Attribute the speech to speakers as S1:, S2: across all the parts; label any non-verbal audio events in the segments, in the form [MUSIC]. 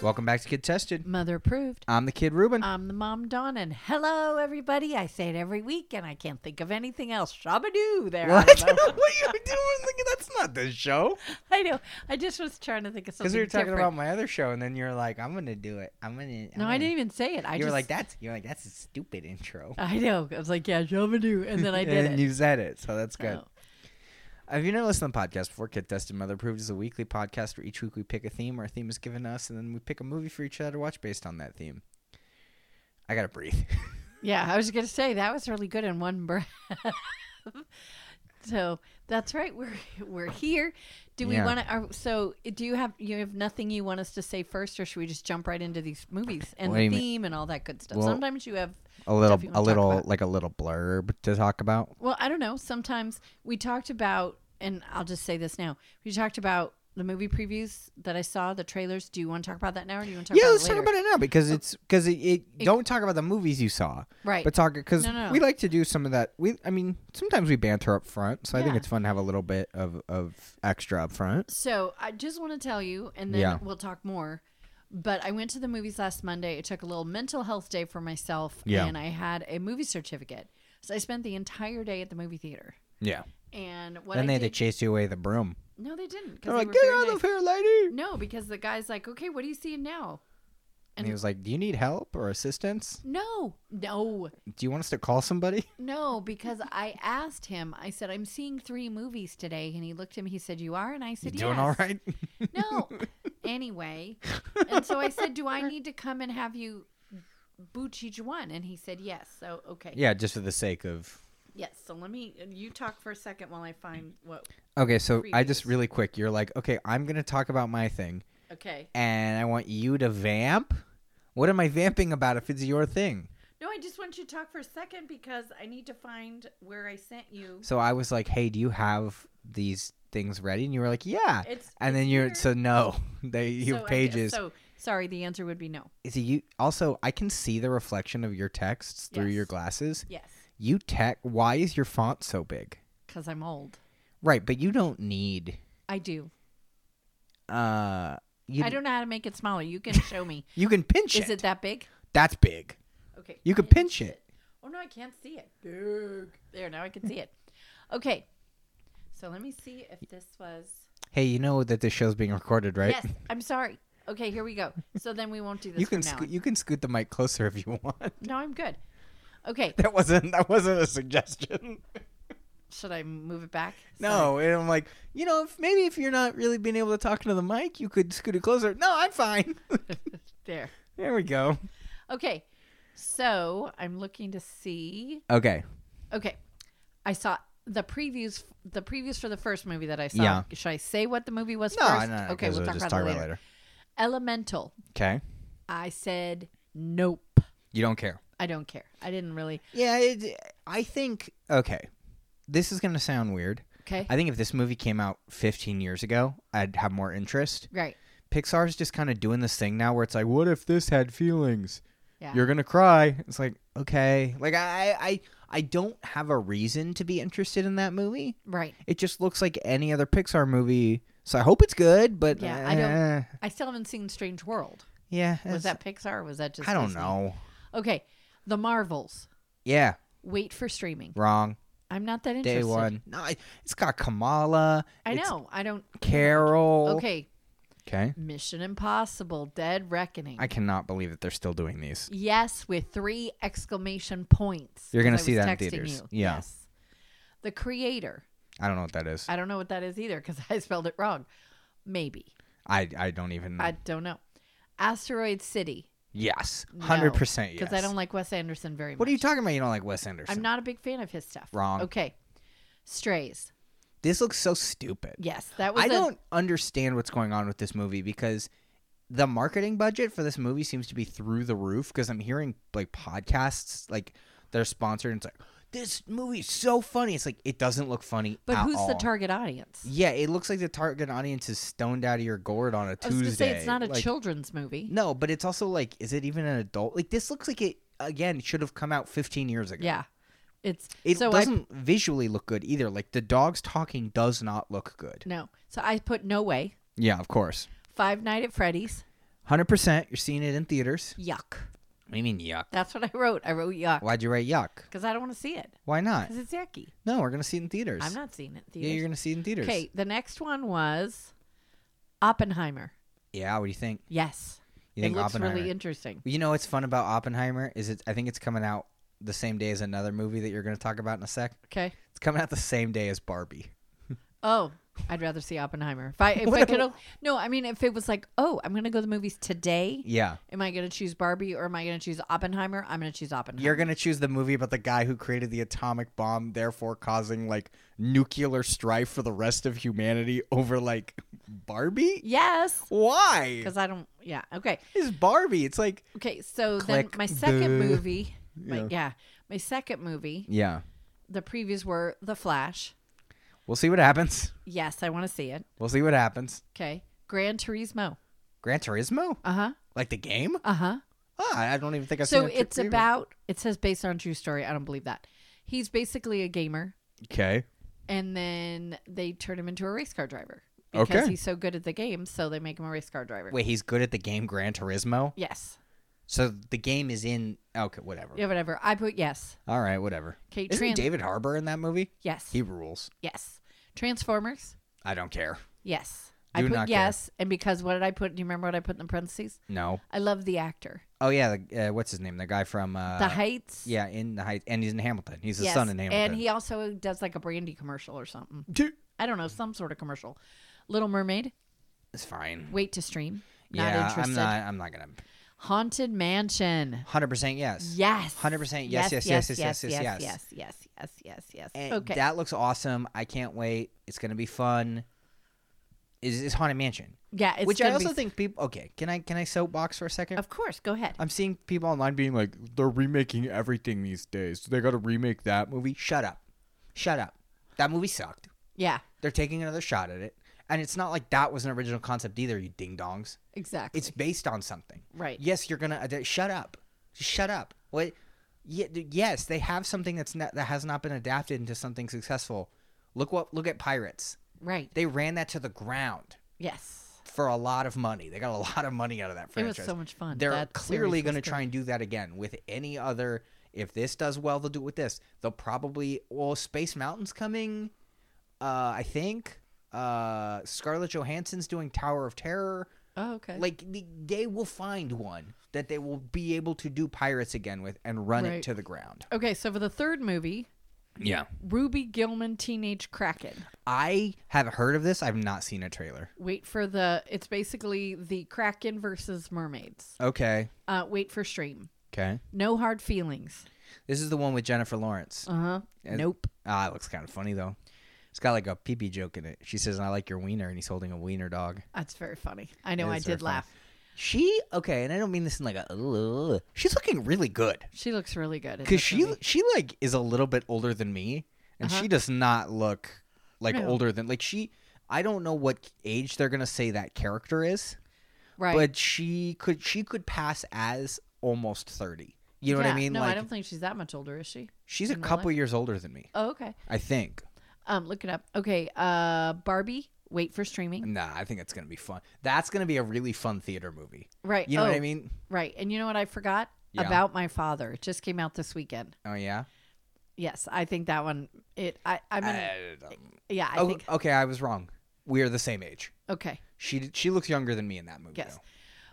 S1: Welcome back to Kid Tested.
S2: Mother approved.
S1: I'm the Kid Ruben.
S2: I'm the mom Dawn, and hello everybody. I say it every week, and I can't think of anything else. Shabadoo, there. I
S1: what? [LAUGHS]
S2: don't
S1: what
S2: know.
S1: are you doing? That's not the show.
S2: [LAUGHS] I know. I just was trying to think of something.
S1: Because we were talking
S2: different.
S1: about my other show, and then you're like, "I'm gonna do it. I'm gonna." I'm
S2: No, I
S1: gonna-
S2: didn't even say it. I
S1: You
S2: just
S1: were like, "That's." You're like, "That's a stupid intro."
S2: I know. I was like, yeah, shabadoo, [LAUGHS] and then I did
S1: [LAUGHS] and
S2: it.
S1: you said it, so that's good.
S2: Oh.
S1: If you never listened to the podcast before, Kid Tested Mother Approved is a weekly podcast where each week we pick a theme or a theme is given us, and then we pick a movie for each other to watch based on that theme. I gotta breathe. [LAUGHS]
S2: Yeah, I was gonna say that was really good in one [LAUGHS] breath. so that's right. We're we're here. Do we
S1: Yeah.
S2: want to? So do you have you have nothing you want us to say first, or should we just jump right into these movies and
S1: Wait a
S2: the
S1: minute.
S2: theme and all that good stuff?
S1: Well-
S2: Sometimes you have.
S1: a little,
S2: Stuff you wanna
S1: a
S2: talk
S1: little,
S2: about.
S1: like a little blurb to talk about.
S2: Well, I don't know. Sometimes we talked about, and I'll just say this now. We talked about the movie previews that I saw, the trailers. Do you want to talk about that now, or do you want to talk
S1: yeah,
S2: about
S1: let's
S2: it later? Oh.
S1: talk about it now because it's because it, it, don't talk about the movies you saw,
S2: Right.
S1: But talk because
S2: No, no, no.
S1: we like to do some of that. We, I mean, sometimes we banter up front, so I think
S2: Yeah.
S1: it's fun to have a little bit of of extra up front.
S2: So I just want to tell you, and then
S1: Yeah.
S2: we'll talk more. But I went to the movies last Monday. It took a little mental health day for myself,
S1: Yeah.
S2: and I had a movie certificate. So I spent the entire day at the movie theater.
S1: Yeah.
S2: And what
S1: then
S2: I
S1: they had to
S2: did,
S1: chase you away with a broom.
S2: no, they didn't. 'cause
S1: They're
S2: they
S1: like,
S2: were
S1: "Get
S2: very
S1: out
S2: nice."
S1: of here, lady!"
S2: No, because the guy's like, okay, what are you seeing now?
S1: And he was like, "Do you need help or assistance?
S2: No, no,
S1: Do you want us to call somebody?"
S2: no, because I asked him. I said, I'm seeing three movies today, and he looked at me. He said, you are, and
S1: [LAUGHS]
S2: I
S1: You
S2: said, yes.
S1: doing all right?
S2: No. anyway, and so I said,
S1: [LAUGHS]
S2: "Do I need to come and have you boot each one?" And he said, "Yes." So okay.
S1: yeah, just for the sake of.
S2: Yes. So let me. uh, You talk for a second while I find what.
S1: Okay, so I just
S2: Previews.
S1: really quick. You're like, okay, I'm gonna talk about my thing,
S2: Okay.
S1: and I want you to vamp. What am I vamping about if it's your thing?
S2: No, I just want you to talk for a second because I need to find where I sent you.
S1: So I was like, "Hey, do you have these things ready?" And you were like, "Yeah."
S2: It's
S1: and
S2: it's
S1: then you're
S2: here.
S1: so no, [LAUGHS] they you
S2: So
S1: have
S2: I-
S1: pages.
S2: So sorry, the answer would be no.
S1: Is it you also? I can see the reflection of your texts through your
S2: Yes.
S1: glasses.
S2: Yes,
S1: You tech. Why is your font so big?
S2: because I'm old.
S1: Right, but you don't need.
S2: I do.
S1: Uh, you
S2: I don't know how to make it smaller. You
S1: [LAUGHS]
S2: can show me.
S1: You can pinch
S2: Is
S1: it.
S2: it that big?
S1: That's big.
S2: Okay.
S1: You could
S2: I-
S1: pinch it.
S2: Oh no, I can't see it. There, now I can see it. Okay. So let me see if this was
S1: Hey, you know that this show's being recorded, right?
S2: Yes, I'm sorry. Okay, here we go. So then we won't do
S1: [LAUGHS]
S2: this
S1: You can
S2: from now.
S1: sco-
S2: on.
S1: you can scoot the mic closer if you [LAUGHS] want.
S2: No, I'm good. Okay.
S1: That wasn't that wasn't a suggestion. [LAUGHS]
S2: Should I move it back? Sorry.
S1: No, and I'm like, you know, if maybe if you're not really being able to talk into the mic, you could scoot it closer. No, I'm fine.
S2: [LAUGHS]
S1: [LAUGHS]
S2: There.
S1: there we go.
S2: Okay. So I'm looking to see
S1: Okay.
S2: Okay. I saw the previews the previews for the first movie that I saw.
S1: Yeah.
S2: Should I say what the movie was
S1: No,
S2: first?
S1: no, no,
S2: okay,
S1: 'cause
S2: we'll
S1: we'll
S2: talk
S1: just
S2: about
S1: talk
S2: it
S1: about it
S2: later.
S1: later.
S2: Elemental.
S1: Okay.
S2: I said nope.
S1: You don't care.
S2: I don't care. I didn't really
S1: Yeah, it, I think okay. This is gonna sound weird.
S2: Okay.
S1: I think if this movie came out 15 years ago, I'd have more interest.
S2: right.
S1: Pixar's just kind of doing this thing now where it's like, what if this had feelings?
S2: Yeah.
S1: You're gonna cry. It's like, okay, like I, I, I don't have a reason to be interested in that movie.
S2: Right.
S1: It just looks like any other Pixar movie. So I hope it's good, but
S2: Yeah, I don't-
S1: eh,
S2: I still haven't seen Strange World.
S1: Yeah, it's-
S2: Was that Pixar? Or was that just?
S1: I don't
S2: Disney?
S1: know.
S2: Okay, The Marvels.
S1: Yeah,
S2: Wait for streaming.
S1: wrong.
S2: I'm not that
S1: Day
S2: interested.
S1: one. No, I- it's got Kamala.
S2: I
S1: it's
S2: know. I don't.
S1: Carol.
S2: Okay,
S1: Okay.
S2: Mission Impossible: Dead Reckoning.
S1: I cannot believe that they're still doing these.
S2: yes, with three exclamation points.
S1: You're gonna
S2: 'cause I
S1: see
S2: was
S1: that in
S2: texting
S1: theaters.
S2: you.
S1: Yeah.
S2: Yes. The Creator.
S1: I don't know what that is.
S2: I don't know what that is either because [LAUGHS] I spelled it wrong. Maybe
S1: I I don't even.
S2: I don't know. Asteroid City.
S1: yes, hundred percent. Yes.
S2: Because I don't like Wes Anderson very much.
S1: What are you talking about? You don't like Wes Anderson?
S2: I'm not a big fan of his stuff.
S1: Wrong.
S2: Okay. Strays.
S1: This looks so stupid.
S2: Yes, that was.
S1: I
S2: a-
S1: don't understand what's going on with this movie because the marketing budget for this movie seems to be through the roof because I'm hearing like podcasts like they're sponsored and it's like this movie is so funny. It's like it doesn't look funny.
S2: But
S1: at
S2: who's the
S1: all.
S2: target audience?
S1: Yeah, it looks like the target audience is stoned out of your gourd on a
S2: I
S1: Tuesday.
S2: was going to say it's not a
S1: Like,
S2: children's movie.
S1: No, but it's also like, is it even an adult? Like this looks like it again should have come out 15 years ago.
S2: Yeah, it's
S1: It
S2: so I
S1: doesn't visually look good either. Like the dogs talking does not look good.
S2: no. So I put no way.
S1: Yeah, of course.
S2: Five Night at Freddy's.
S1: Hundred percent. You're seeing it in theaters.
S2: Yuck.
S1: What do you mean yuck?
S2: That's what I wrote. I wrote yuck
S1: Why'd you write yuck?
S2: because I don't want to see it
S1: Why not?
S2: because it's yucky.
S1: No, we're gonna see it in theaters.
S2: I'm not seeing it. in
S1: Yeah, you're
S2: Theaters.
S1: gonna see it in theaters.
S2: Okay, the next one was Oppenheimer.
S1: Yeah. What do you think?
S2: Yes,
S1: You
S2: it
S1: think
S2: looks
S1: Oppenheimer?
S2: really interesting.
S1: you know what's fun about Oppenheimer is it? I think it's coming out the same day as another movie that you're gonna talk about in a sec.
S2: Okay.
S1: It's coming out the same day as Barbie.
S2: Oh, I'd rather see Oppenheimer. If I if
S1: What
S2: I
S1: a-
S2: could, o- no, I mean if it was like, oh, I'm gonna go to the movies today.
S1: Yeah.
S2: Am I gonna choose Barbie or am I gonna choose Oppenheimer? I'm gonna choose Oppenheimer.
S1: You're gonna choose the movie about the guy who created the atomic bomb, therefore causing like nuclear strife for the rest of humanity over like Barbie?
S2: yes,
S1: Why?
S2: because I don't. Yeah. Okay.
S1: It's Barbie. It's like
S2: Okay. So
S1: Click.
S2: then my second
S1: Duh.
S2: movie. My,
S1: Yeah.
S2: yeah. My second movie.
S1: Yeah.
S2: The previews were The Flash.
S1: We'll see what happens.
S2: Yes, I want to see it.
S1: We'll see what happens.
S2: Okay. Gran Turismo.
S1: Gran Turismo?
S2: Uh huh.
S1: Like the game?
S2: Uh huh.
S1: Ah, I don't even think I've
S2: So
S1: seen a tr-
S2: it's
S1: preview.
S2: about. It says based on true story. I don't believe that. He's basically a gamer,
S1: Okay.
S2: and then they turn him into a race car driver because
S1: Okay.
S2: he's so good at the game. So they make him a race car driver.
S1: Wait, he's good at the game Gran Turismo?
S2: Yes.
S1: So the game is in okay, whatever.
S2: Yeah. Whatever. I put yes.
S1: All right, whatever.
S2: Okay.
S1: Isn't
S2: Trans-
S1: David Harbour in that movie?
S2: yes.
S1: He rules.
S2: yes. Transformers.
S1: I don't care.
S2: Yes. I
S1: Do
S2: put
S1: not care.
S2: yes, and because what did I put? Do you remember what I put in the parentheses?
S1: No.
S2: I love the actor.
S1: Oh yeah, the, uh, what's his name? The guy from uh,
S2: The Heights.
S1: Yeah, in the Heights, and he's in Hamilton. He's the
S2: Yes,
S1: son in Hamilton.
S2: And he also does like a brandy commercial or something.
S1: Dude,
S2: I don't know, some sort of commercial. Little Mermaid,
S1: it's fine.
S2: wait to stream. Not
S1: yeah,
S2: interested.
S1: I'm not. I'm not gonna.
S2: Haunted Mansion.
S1: Hundred percent yes.
S2: Yes.
S1: 100% yes, yes, yes, yes, yes, yes,
S2: yes, yes, yes, yes, yes, yes.
S1: And
S2: Okay.
S1: That looks awesome. I can't wait. It's gonna be fun. Is is Haunted Mansion,
S2: yeah, it's
S1: which I
S2: gonna
S1: also
S2: be,
S1: think people. Okay, can I can I soapbox for a second?
S2: Of course, go ahead.
S1: I'm seeing people online being like, they're remaking everything these days. They got to remake that movie. Shut up, shut up. That movie sucked.
S2: yeah,
S1: They're taking another shot at it, and it's not like that was an original concept either. You ding dongs.
S2: exactly.
S1: It's based on something.
S2: right.
S1: Yes, you're gonna ad- shut up. Just shut up. What? Yeah, d- yes, they have something that's not, that has not been adapted into something successful. Look what look at Pirates.
S2: Right.
S1: They ran that to the ground
S2: Yes.
S1: for a lot of money. They got a [LAUGHS] lot of money out of that
S2: It was
S1: franchise.
S2: so much fun.
S1: They're
S2: That
S1: clearly
S2: series was
S1: going to
S2: good.
S1: try and do that again with any other. If this does well, they'll do it with this. They'll probably well, Space Mountain's coming. Uh, I think uh, Scarlett Johansson's doing Tower of Terror.
S2: Oh, okay.
S1: Like the, they will find one that they will be able to do pirates again with and run
S2: Right.
S1: it to the ground.
S2: okay, so for the third movie,
S1: Yeah.
S2: Ruby Gilman Teenage Kraken.
S1: I have heard of this. I've not seen a trailer.
S2: Wait for the. It's basically the Kraken versus mermaids.
S1: Okay.
S2: Uh, wait for stream.
S1: Okay.
S2: No hard feelings.
S1: This is the one with Jennifer Lawrence.
S2: Uh huh.
S1: And-
S2: Nope.
S1: Ah, it looks kind of funny though. It's got like a pee pee joke in it. She says, "I like your wiener," and he's holding a wiener dog.
S2: That's very funny. I know.
S1: It
S2: I
S1: is very
S2: did
S1: funny.
S2: laugh.
S1: She okay, and I don't mean this in like a. "Ugh." she's looking really good
S2: She looks really good. in
S1: because
S2: this
S1: she
S2: movie.
S1: she like is a little bit older than me, and
S2: Uh-huh.
S1: she does not look like
S2: No.
S1: older than like she. I don't know what age they're gonna say that character is,
S2: right.
S1: but she could she could pass as almost thirty. You know what
S2: Yeah.
S1: I mean?
S2: No,
S1: like
S2: I don't think she's that much older, is she?
S1: she's a
S2: in real
S1: couple
S2: life.
S1: years older than me.
S2: Oh, okay.
S1: I think.
S2: Um, look it up. Okay. Uh, Barbie. Wait for streaming.
S1: Nah, I think it's gonna be fun. That's gonna be a really fun theater movie.
S2: Right.
S1: You know what I
S2: Oh,
S1: mean?
S2: Right. And you know what I forgot
S1: Yeah.
S2: about my father? It just came out this weekend.
S1: Oh yeah.
S2: Yes, I think that one. It. I. I'm. Gonna,
S1: Uh,
S2: yeah. I
S1: oh,
S2: think.
S1: okay, I was wrong. We are the same age.
S2: Okay.
S1: She she looks younger than me in that movie.
S2: Yes.
S1: though.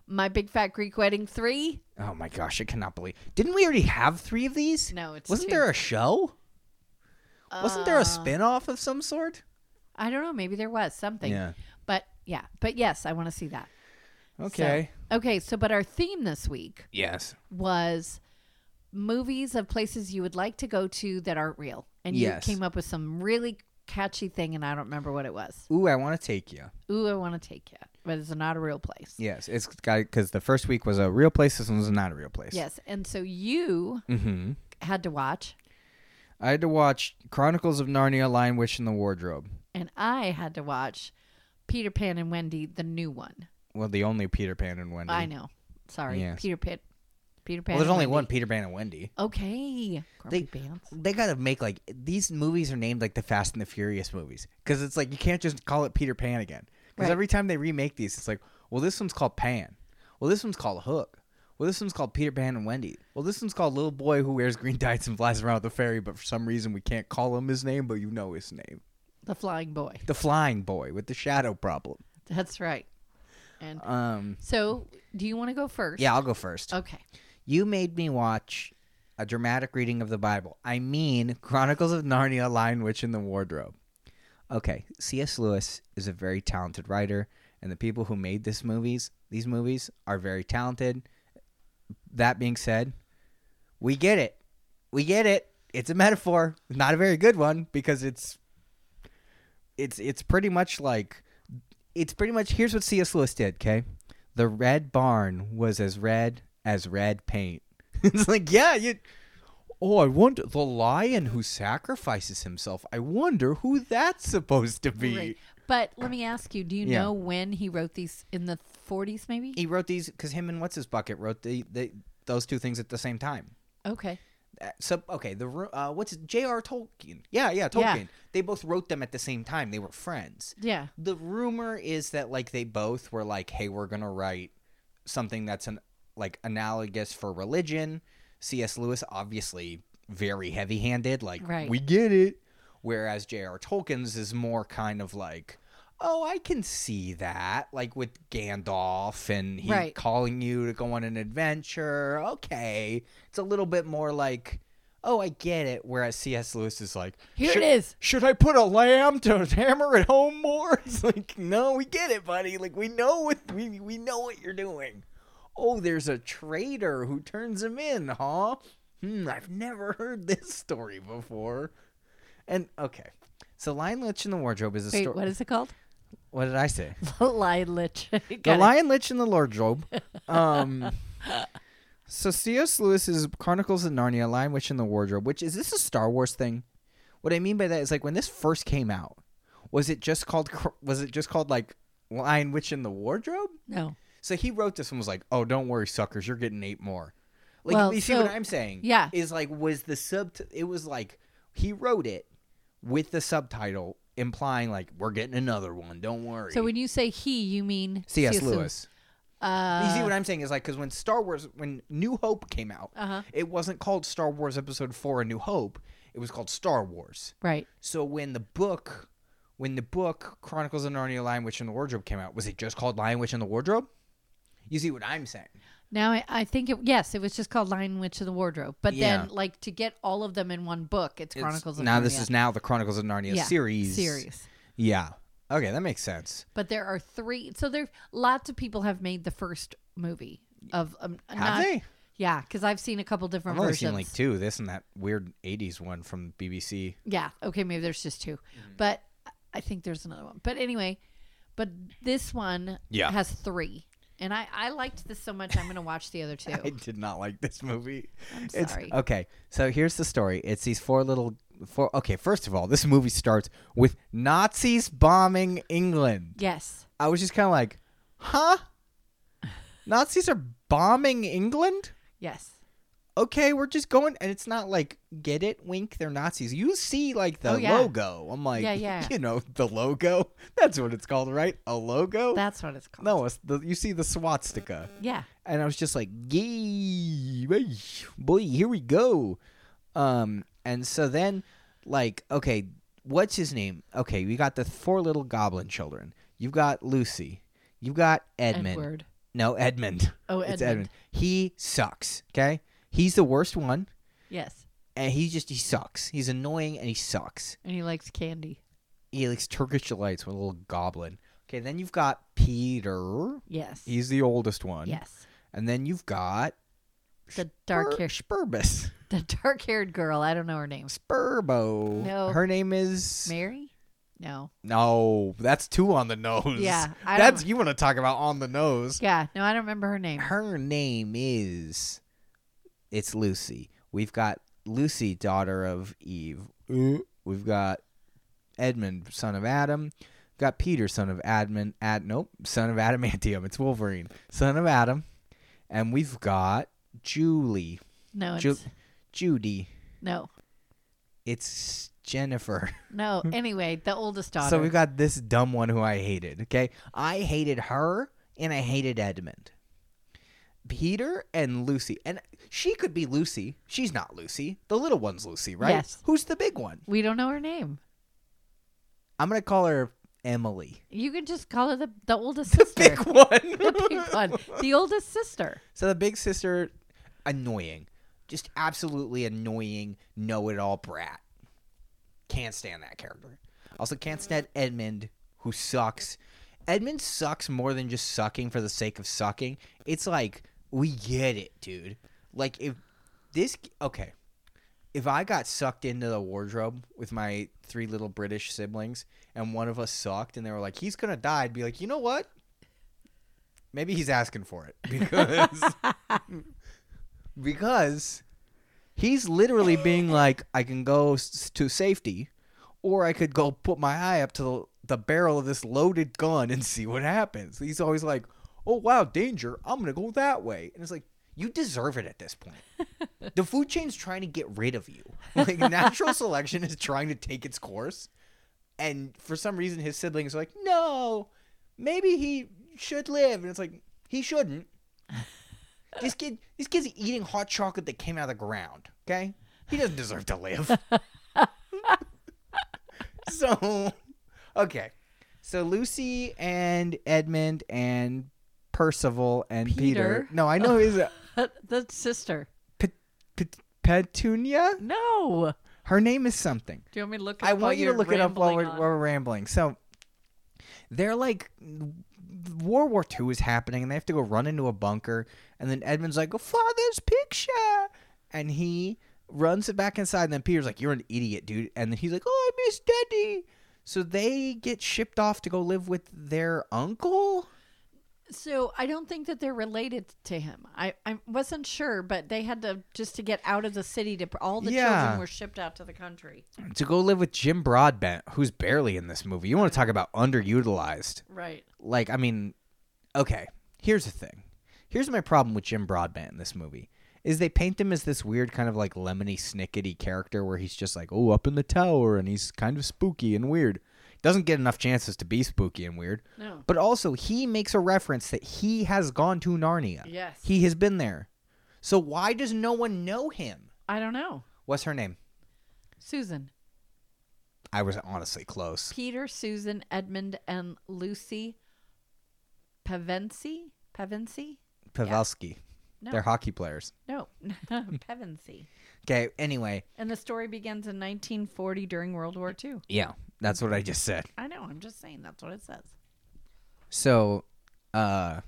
S2: My Big Fat Greek Wedding three.
S1: Oh my gosh, I cannot believe. Didn't we already have three of these?
S2: No, it's
S1: Wasn't
S2: two.
S1: there a show? Wasn't there
S2: Uh,
S1: a spin-off of some sort?
S2: I don't know. Maybe there was something.
S1: Yeah.
S2: But yeah. But yes, I want to see that. So-
S1: Okay.
S2: okay. So, but our theme this week
S1: Yes.
S2: was movies of places you would like to go to that aren't real, and
S1: Yes.
S2: you came up with some really catchy thing, and I don't remember what it was.
S1: Ooh, I want to take you.
S2: Ooh, I want to take you, but it's not a real place.
S1: Yes, it's got because the first week was a real place. This one was not a real place.
S2: Yes, and so you
S1: Mm-hmm.
S2: had to watch,
S1: I had to watch Chronicles of Narnia: Lion Witch in the Wardrobe.
S2: and I had to watch Peter Pan and Wendy, the new one.
S1: Well, the only Peter Pan and Wendy.
S2: I know. Sorry,
S1: Yes.
S2: Peter Pan. Peter Pan.
S1: Well, there's
S2: and
S1: only one
S2: Wendy.
S1: Peter Pan and Wendy.
S2: Okay. Grumpy
S1: They-
S2: pants.
S1: they gotta make like these movies are named like the Fast and the Furious movies because it's like you can't just call it Peter Pan again because
S2: Right.
S1: every time they remake these, it's like, well, this one's called Pan. Well, this one's called Hook. Well, this one's called Peter Pan and Wendy. Well, this one's called Little Boy Who Wears Green Tights and Flies Around with a Fairy, but for some reason we can't call him his name, but you know his name.
S2: The Flying Boy. [LAUGHS]
S1: The Flying Boy with the Shadow Problem.
S2: That's right. And
S1: Um,
S2: so, do you want to go first?
S1: yeah, I'll go first.
S2: Okay.
S1: You made me watch a dramatic reading of the Bible. I mean, Chronicles of Narnia, Lion Witch, and the Wardrobe. Okay, C.S. Lewis is a very talented writer, and the people who made this movies, these movies, are very talented. That being said, we get it. We get it. It's a metaphor, not a very good one because it's it's it's pretty much like it's pretty much here's what C.S. Lewis did, okay? The red barn was as red as red paint. [LAUGHS] it's like, yeah, you Oh, I wonder the lion who sacrifices himself. I wonder who that's supposed to be.
S2: Great. But let me ask you, do you
S1: Yeah.
S2: know when he wrote these in the 40s maybe?
S1: He wrote these cuz him and what's his bucket wrote the, the those two things at the same time.
S2: okay.
S1: Uh, so okay, the ro- uh, what's J.R. Tolkien? Yeah, yeah, Tolkien. They both wrote them at the same time. They were friends.
S2: Yeah.
S1: The rumor is that like they both were like, "Hey, we're gonna write something that's an like analogous for religion." C.S. Lewis obviously very heavy-handed, like
S2: Right.
S1: we get it. Whereas J.R. Tolkien's is more kind of like, "Oh, I can see that," like with Gandalf and he
S2: Right.
S1: calling you to go on an adventure. Okay, it's a little bit more like, "Oh, I get it." Whereas C.S. Lewis is like,
S2: Here
S1: "Should-
S2: it is.
S1: should I put a lamb to [LAUGHS] hammer it home more? [LAUGHS] It's like, no, we get it, buddy. Like we know what we we know what you're doing. Oh, there's a traitor who turns him in, huh? Hmm, I've never [LAUGHS] heard this story before. And okay. So Lion Lich in the Wardrobe is a
S2: Wait,
S1: story.
S2: what is it called? [LAUGHS]
S1: what did I say?
S2: The Lion Lich. [LAUGHS]
S1: the Lion Lich and the Lord Job. Um, [LAUGHS] so C.S. Lewis's Chronicles of Narnia, Lion Witch and the Wardrobe, which is this a Star Wars thing? What I mean by that is like when this first came out, was it just called Chr- was it just called like Lion Witch and the Wardrobe?
S2: No.
S1: So he wrote this and was like, "Oh, don't worry, suckers, you're getting eight more." Like,
S2: Well,
S1: you see
S2: so-
S1: what I'm saying?
S2: yeah.
S1: is like was the sub? It was like he wrote it with the subtitle implying like we're getting another one. Don't worry.
S2: So when you say he, you mean
S1: C.S. Lewis. You see
S2: Uh,
S1: what I'm saying is like because when Star Wars, when New Hope came out,
S2: Uh-huh.
S1: it wasn't called Star Wars Episode Four: A New Hope. It was called Star Wars.
S2: right.
S1: So when the book, when the book Chronicles of Narnia: Lion Witch and the Wardrobe came out, was it just called Lion Witch and the Wardrobe? You see what I'm saying?
S2: Now I, I think it yes, it was just called Lion Witch of the Wardrobe. But
S1: Yeah.
S2: then like to get all of them in one book, it's
S1: It's-
S2: Chronicles of
S1: now
S2: Narnia.
S1: this is now the Chronicles of Narnia
S2: Yeah,
S1: series.
S2: series.
S1: Yeah. Okay, that makes sense.
S2: But there are three so there lots of people have made the first movie of um,
S1: Have
S2: not-
S1: they?
S2: Yeah, because I've seen a couple different
S1: I've only
S2: versions.
S1: seen like two. This and that weird '80s one from BBC.
S2: Yeah. Okay. Maybe there's just 2
S1: Mm-hmm.
S2: but I think there's another one. But anyway, but this one
S1: Yeah.
S2: has three, and I I liked this so much. I'm going to watch the other
S1: [LAUGHS]
S2: two.
S1: I did not like this movie. I'm
S2: sorry.
S1: okay, so here's the story. It's these four little four. Okay, first of all, this movie starts with Nazis bombing England.
S2: yes.
S1: I was just kind of like, huh? Nazis are bombing England?
S2: Yes.
S1: Okay, we're just going, and it's not like get it, wink. They're Nazis. You see, like the
S2: Oh, yeah.
S1: logo. I'm like,
S2: Yeah, yeah.
S1: [LAUGHS] you know, the logo. That's what it's called, right? A logo.
S2: That's what it's called.
S1: no, it's the, you see the swastika
S2: Yeah.
S1: and I was just like, "Yee, boy, boy, here we go." Um, and so then, like, okay, what's his name? Okay, we got the four little goblin children. You've got Lucy. You've got Edmund.
S2: Edward.
S1: No, Edmund.
S2: Oh,
S1: It's
S2: Edmund.
S1: Edmund. He sucks. Okay, he's the worst one,
S2: Yes.
S1: and he just he sucks. He's annoying and he sucks.
S2: And he likes candy.
S1: He likes Turkish delights with a little goblin. Okay, then you've got Peter.
S2: Yes.
S1: He's the oldest one.
S2: yes.
S1: And then you've got
S2: The dark
S1: Spur-
S2: hair,
S1: Spurbus.
S2: the dark haired girl. I don't know her name.
S1: Spurbo.
S2: No.
S1: Her name is
S2: Mary. No.
S1: No, that's two on the nose.
S2: Yeah, I
S1: that's
S2: don't-
S1: you want to talk about on the nose.
S2: Yeah. No, I don't remember her name.
S1: Her name is It's Lucy. We've got Lucy, daughter of Eve. We've got Edmund, son of Adam. Got Peter, son of Admin. Ad nope, son of Adamantium. It's Wolverine, son of Adam. And we've got Julie,
S2: No. It's,
S1: Ju- Judy.
S2: no.
S1: It's Jennifer.
S2: No. Anyway, the oldest daughter.
S1: Hmm. So we got this dumb one who I hated. Okay, I hated her and I hated Edmund. Peter and Lucy, and she could be Lucy. She's not Lucy. The little one's Lucy, right?
S2: Yes.
S1: Who's the big one?
S2: We don't know her name.
S1: I'm gonna call her Emily.
S2: You can just call her the, the oldest
S1: The
S2: sister.
S1: big one.
S2: the [LAUGHS] big one. The oldest sister.
S1: So the big sister, annoying, just absolutely annoying, know-it-all brat. Can't stand that character. Also, can't stand Edmund, who sucks. Edmund sucks more than just sucking for the sake of sucking. It's like we get it, dude. Like if this okay, if I got sucked into the wardrobe with my three little British siblings, and one of us sucked, and they were like, "He's gonna die," I'd be like, "You know what? Maybe he's asking for it [LAUGHS] because because he's literally being like, I can go s- to safety, or I could go put my eye up to the, the barrel of this loaded gun and [LAUGHS] see what happens. He's always like, Oh wow, danger! I'm gonna go that way, and it's like you deserve it at this point. the food chain's trying to get rid of you. Like natural selection is trying to take its course, and for some reason, his siblings are like, No, maybe he should live, and it's like he shouldn't this kid this kid's eating hot chocolate that came out of the ground okay he doesn't deserve to live [LAUGHS] so okay so lucy and edmund and percival and peter,
S2: Peter.
S1: no i know he's a
S2: [LAUGHS] the sister.
S1: Pet- petunia
S2: No.
S1: her name is something
S2: Do you want me to look? Up
S1: I want you to look it up while we're,
S2: on?
S1: while we're rambling. So they're like, World War II is happening, and they have to go run into a bunker. And then Edmund's like, "Father's picture," and he runs it back inside. And then Peter's like, "You're an idiot, dude." And then he's like, "Oh, I miss Daddy." So they get shipped off to go live with their uncle.
S2: So I don't think that they're related to him. I, I wasn't sure, but they had to just to get out of the city. To all the
S1: Yeah.
S2: children were shipped out to the country.
S1: to go live with Jim Broadbent, who's barely in this movie. You want to talk about underutilized?
S2: Right.
S1: like I mean, okay, here's the thing. Here's my problem with Jim Broadbent in this movie is they paint him as this weird kind of like lemony snickety character where he's just like, "Oh, up in the tower and he's kind of spooky and weird." Doesn't get enough chances to be spooky and weird.
S2: No.
S1: But also, he makes a reference that he has gone to Narnia.
S2: Yes.
S1: He has been there. So why does no one know him?
S2: I don't know.
S1: What's her name?
S2: Susan,
S1: I was honestly close.
S2: Peter, Susan, Edmund, and Lucy. Pevensey. Pevensey.
S1: Pavelski.
S2: No.
S1: They're hockey players.
S2: No. [LAUGHS] Pevensey.
S1: Okay, anyway,
S2: And the story begins in 1940 during World War II.
S1: yeah, that's what I just said.
S2: I know. I'm just saying that's what it says.
S1: So, uh,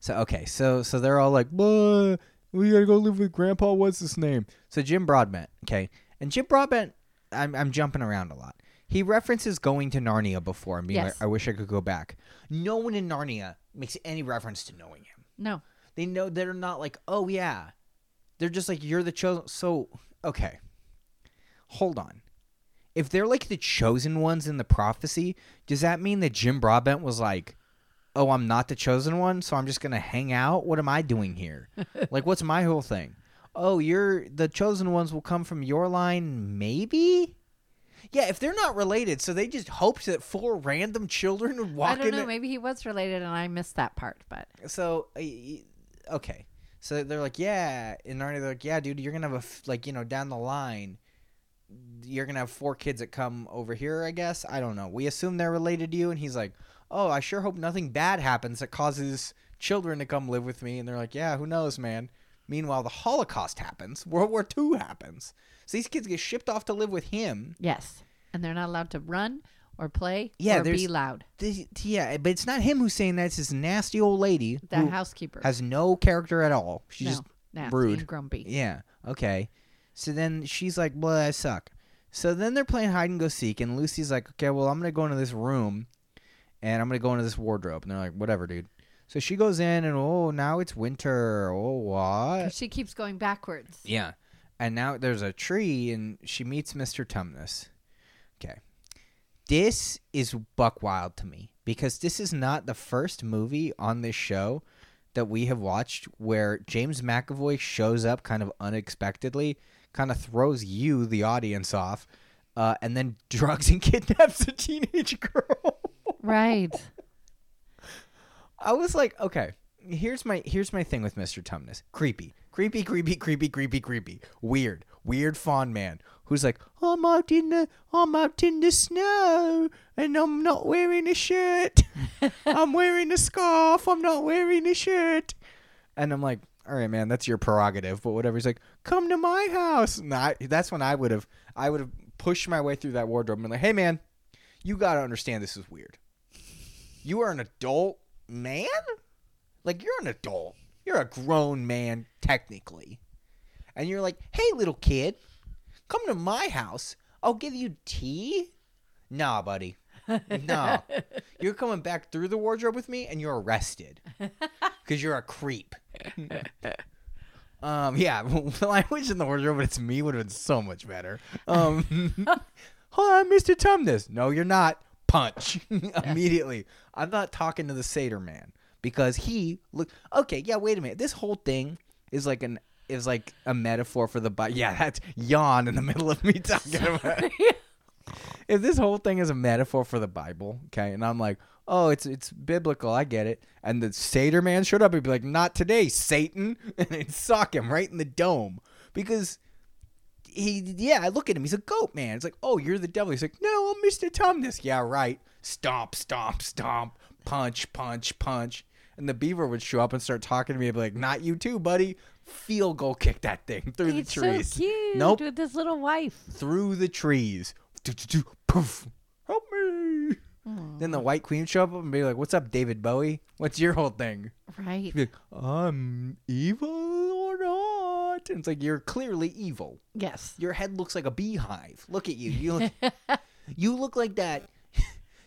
S1: so okay, so so they're all like, "Bah, we gotta go live with Grandpa. What's his name?" So Jim Broadbent, okay, and Jim Broadbent, I'm I'm jumping around a lot. He references going to Narnia before and being
S2: Yes.
S1: like, "I wish I could go back." No one in Narnia makes any reference to knowing him.
S2: No.
S1: They know they're not like, "Oh yeah," they're just like, "You're the chosen." So okay, hold on. If they're like the chosen ones in the prophecy, does that mean that Jim Broadbent was like, "Oh, I'm not the chosen one, so I'm just gonna hang out"? What am I doing
S2: [LAUGHS]
S1: here? like, what's my whole thing? Oh, you're the chosen ones will come from your line, maybe. Yeah, if they're not related, so they just hoped that four random children would walk
S2: I don't
S1: in.
S2: know.
S1: it-
S2: Maybe he was related, and I missed that part. But
S1: so uh, y- okay so they're like yeah and Narnia they're like yeah dude you're gonna have a f- like you know down the line you're gonna have four kids that come over here i guess i don't know we assume they're related to you and he's like oh i sure hope nothing bad happens that causes children to come live with me and they're like yeah who knows man meanwhile the holocaust happens [LAUGHS] world war ii happens so these kids get shipped off to live with him
S2: yes, and they're not allowed to run or play
S1: Yeah,
S2: or be
S1: there's-
S2: loud.
S1: This- yeah but it's not him who's saying that it's this nasty old lady
S2: The
S1: who
S2: housekeeper.
S1: has no character at all she
S2: no,
S1: just
S2: nasty
S1: rude.
S2: and grumpy.
S1: Yeah. Okay. So then she's like, "Well, I suck." So then they're playing hide and go seek, and Lucy's like, "Okay, well, I'm gonna go into this room, and I'm gonna go into this wardrobe." And they're like, "Whatever, dude." So she goes in, and oh, now it's winter. Oh, what?
S2: She keeps going backwards.
S1: Yeah. And now there's a tree, and she meets Mr. Tumnus. Okay. This is buck wild to me because this is not the first movie on this show that we have watched where James McAvoy shows up kind of unexpectedly, kind of throws you, the audience, off, uh, and then [LAUGHS] drugs and kidnaps a teenage girl. [LAUGHS]
S2: Right.
S1: I was like, okay, here's my here's my thing with Mr. Tumnus. Creepy. Creepy, creepy, creepy, creepy, creepy. Weird. Weird fawn man who's like, I'm out in the I'm out in the snow and I'm not wearing a shirt. I'm wearing a scarf, I'm not wearing a shirt. And I'm like, all right, man, that's your prerogative, but whatever. He's like, come to my house. And I, that's when I would have I would have pushed my way through that wardrobe and been like, hey man, you gotta understand this is weird. You are an adult man? Like you're an adult. You're a grown man technically. And you're like, "Hey little kid, come to my house. I'll give you tea?" Nah, buddy. Nah. you're coming back through the wardrobe with me and you're arrested cuz you're a creep. um yeah, [LAUGHS] language in the wardrobe but it's me would have been so much better. Um Hi, I'm Mr. Tumnus. No, you're not. Punch [LAUGHS] immediately. I'm not talking to the satyr man because he look okay. Yeah, wait a minute. This whole thing is like an is like a metaphor for the body. [LAUGHS] Yeah, that's yawn in the middle of me talking about. It. If this whole thing is a metaphor for the Bible, okay, and I'm like, oh, it's it's biblical. I get it. And the satyr man showed up. He'd be like, not today, Satan, [LAUGHS] and it'd sock him right in the dome because he yeah, I look at him. He's a goat man. It's like, oh, you're the devil. He's like, no, I'm Mr. Tumnus. Yeah, right. Stomp, stomp, stomp. Punch, punch, punch. And the beaver would show up and start talking to me. I'd be like, not you too, buddy. Field goal kick that thing [LAUGHS] through
S2: He's
S1: the trees.
S2: so cute
S1: Nope.
S2: with his little wife.
S1: Through the trees. Do-do-do. Poof. Help me. Then the White Queen would show up and be like, what's up, David Bowie? What's your whole thing?
S2: Right.
S1: He'd be like, I'm evil or not. And it's like, you're clearly evil.
S2: Yes.
S1: Your head looks like a beehive. Look at you. You look, you look like that. [LAUGHS]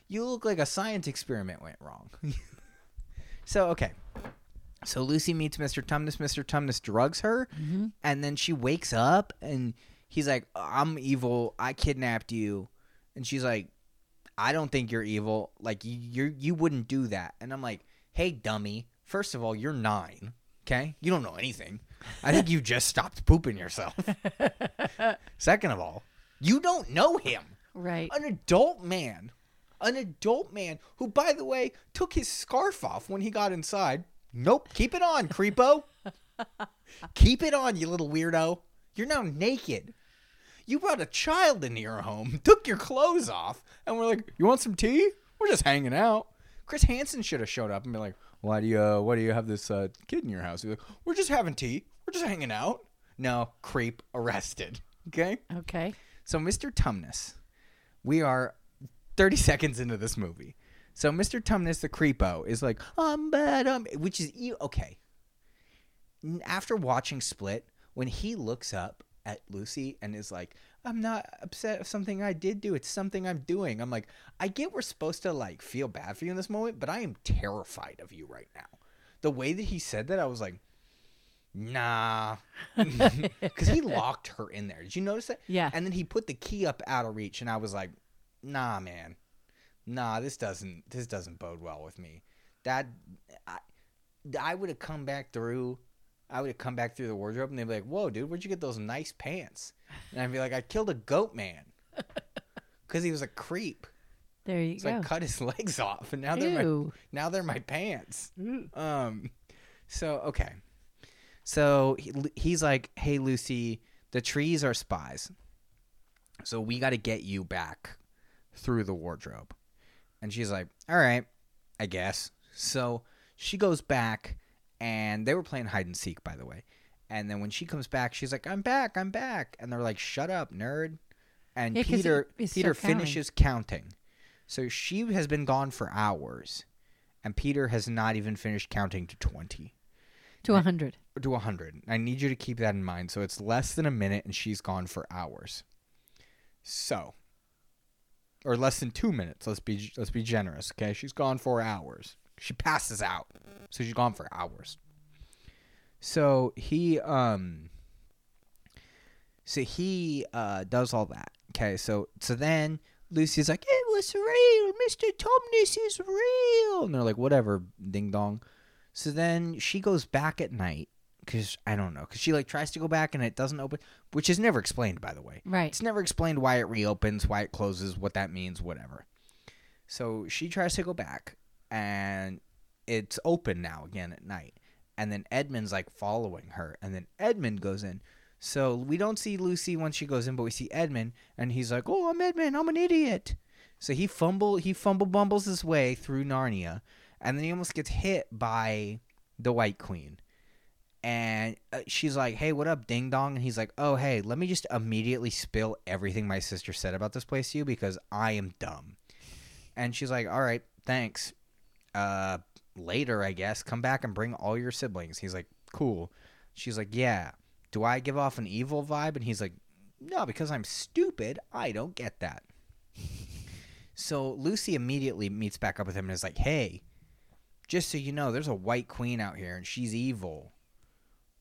S1: You look like a science experiment went wrong. [LAUGHS] so okay. So Lucy meets Mr. Tumnus. Mr. Tumnus drugs her, and then she wakes up and he's like, "I'm evil. I kidnapped you," and she's like, "I don't think you're evil. Like you, you, you wouldn't do that." And I'm like, "Hey, dummy. First of all, you're nine. Okay, you don't know anything. I think you just stopped pooping yourself. Second of all, you don't know him.
S2: Right.
S1: An adult man. An adult man who, by the way, took his scarf off when he got inside. Nope. Keep it on, creepo. Keep it on, you little weirdo. You're now naked. You brought a child into your home, [LAUGHS] took your clothes off, and we're like, "You want some tea? We're just hanging out." Chris Hansen should have showed up and been like, "Why do you, uh, why do you have this uh, kid in your house?" He's like, "We're just having tea. We're just hanging out." No, creep arrested. [LAUGHS] Okay.
S2: Okay.
S1: So, Mr. Tumnus, we are 30 [LAUGHS] seconds into this movie. So, Mr. Tumnus, the creepo, is like, um, but, um, which is, e- okay. N- After watching Split, when he looks up at Lucy and is like, I'm not upset of something I did do. It's something I'm doing. I'm like, I get we're supposed to like feel bad for you in this moment, but I am terrified of you right now. The way that he said that, I was like, nah. [LAUGHS] Because he locked her in there. Did you notice that?
S2: Yeah.
S1: And then he put the key up out of reach, and I was like, "Nah, man, nah, this doesn't this doesn't bode well with me." That I, I would have come back through. I would have come back through the wardrobe, and they'd be like, "Whoa, dude, where'd you get those nice pants?" And I'd be like, "I killed a goat man because he was a creep.
S2: There you
S1: So
S2: go.
S1: I cut his [LAUGHS] legs off, and now they're my,
S2: Ew.
S1: now they're my pants."
S2: Ooh.
S1: Um, so okay, so he, he's like, "Hey, Lucy, the trees are spies, so we got to get you back through the wardrobe." And she's like, "All right, I guess." So she goes back, and they were playing hide and seek, by the way. And then when she comes back, she's like, "I'm back, I'm back," and they're like, "Shut up, nerd." And
S2: Yeah, 'cause he-
S1: Peter
S2: he's still
S1: Peter
S2: counting.
S1: finishes counting. So she has been gone for hours and Peter has not even finished counting to 20
S2: To a 100.
S1: or to 100. I need you to keep that in mind. So it's less than a minute and she's gone for hours. So or less than 2 minutes. Let's be let's be generous, okay? She's gone for hours. She passes out. So she's gone for hours. So he um so he uh does all that. Okay, so so then Lucy's like, it was real, Mr. Tomness is real, and they're like, whatever, ding dong. So then she goes back at night because I don't know because she like tries to go back and it doesn't open, which is never explained by the way.
S2: Right.
S1: It's never explained why it reopens, why it closes, what that means, whatever. So she tries to go back, and it's open now again at night. And then Edmund's like following her, and then Edmund goes in. So we don't see Lucy once she goes in, but we see Edmund, and he's like, "Oh, I'm Edmund. I'm an idiot." So he fumble he fumble bumbles his way through Narnia, and then he almost gets hit by the White Queen. And uh, she's like, "Hey, what up, Ding Dong?" And he's like, "Oh, hey, let me just immediately spill everything my sister said about this place to you because I am dumb." And she's like, "All right, thanks. Uh, later, I guess. Come back and bring all your siblings." He's like, "Cool." She's like, "Yeah." Do I give off an evil vibe? And he's like, "No, because I'm stupid. I don't get that." So Lucy immediately meets back up with him and is like, "Hey, just so you know, there's a white queen out here, and she's evil.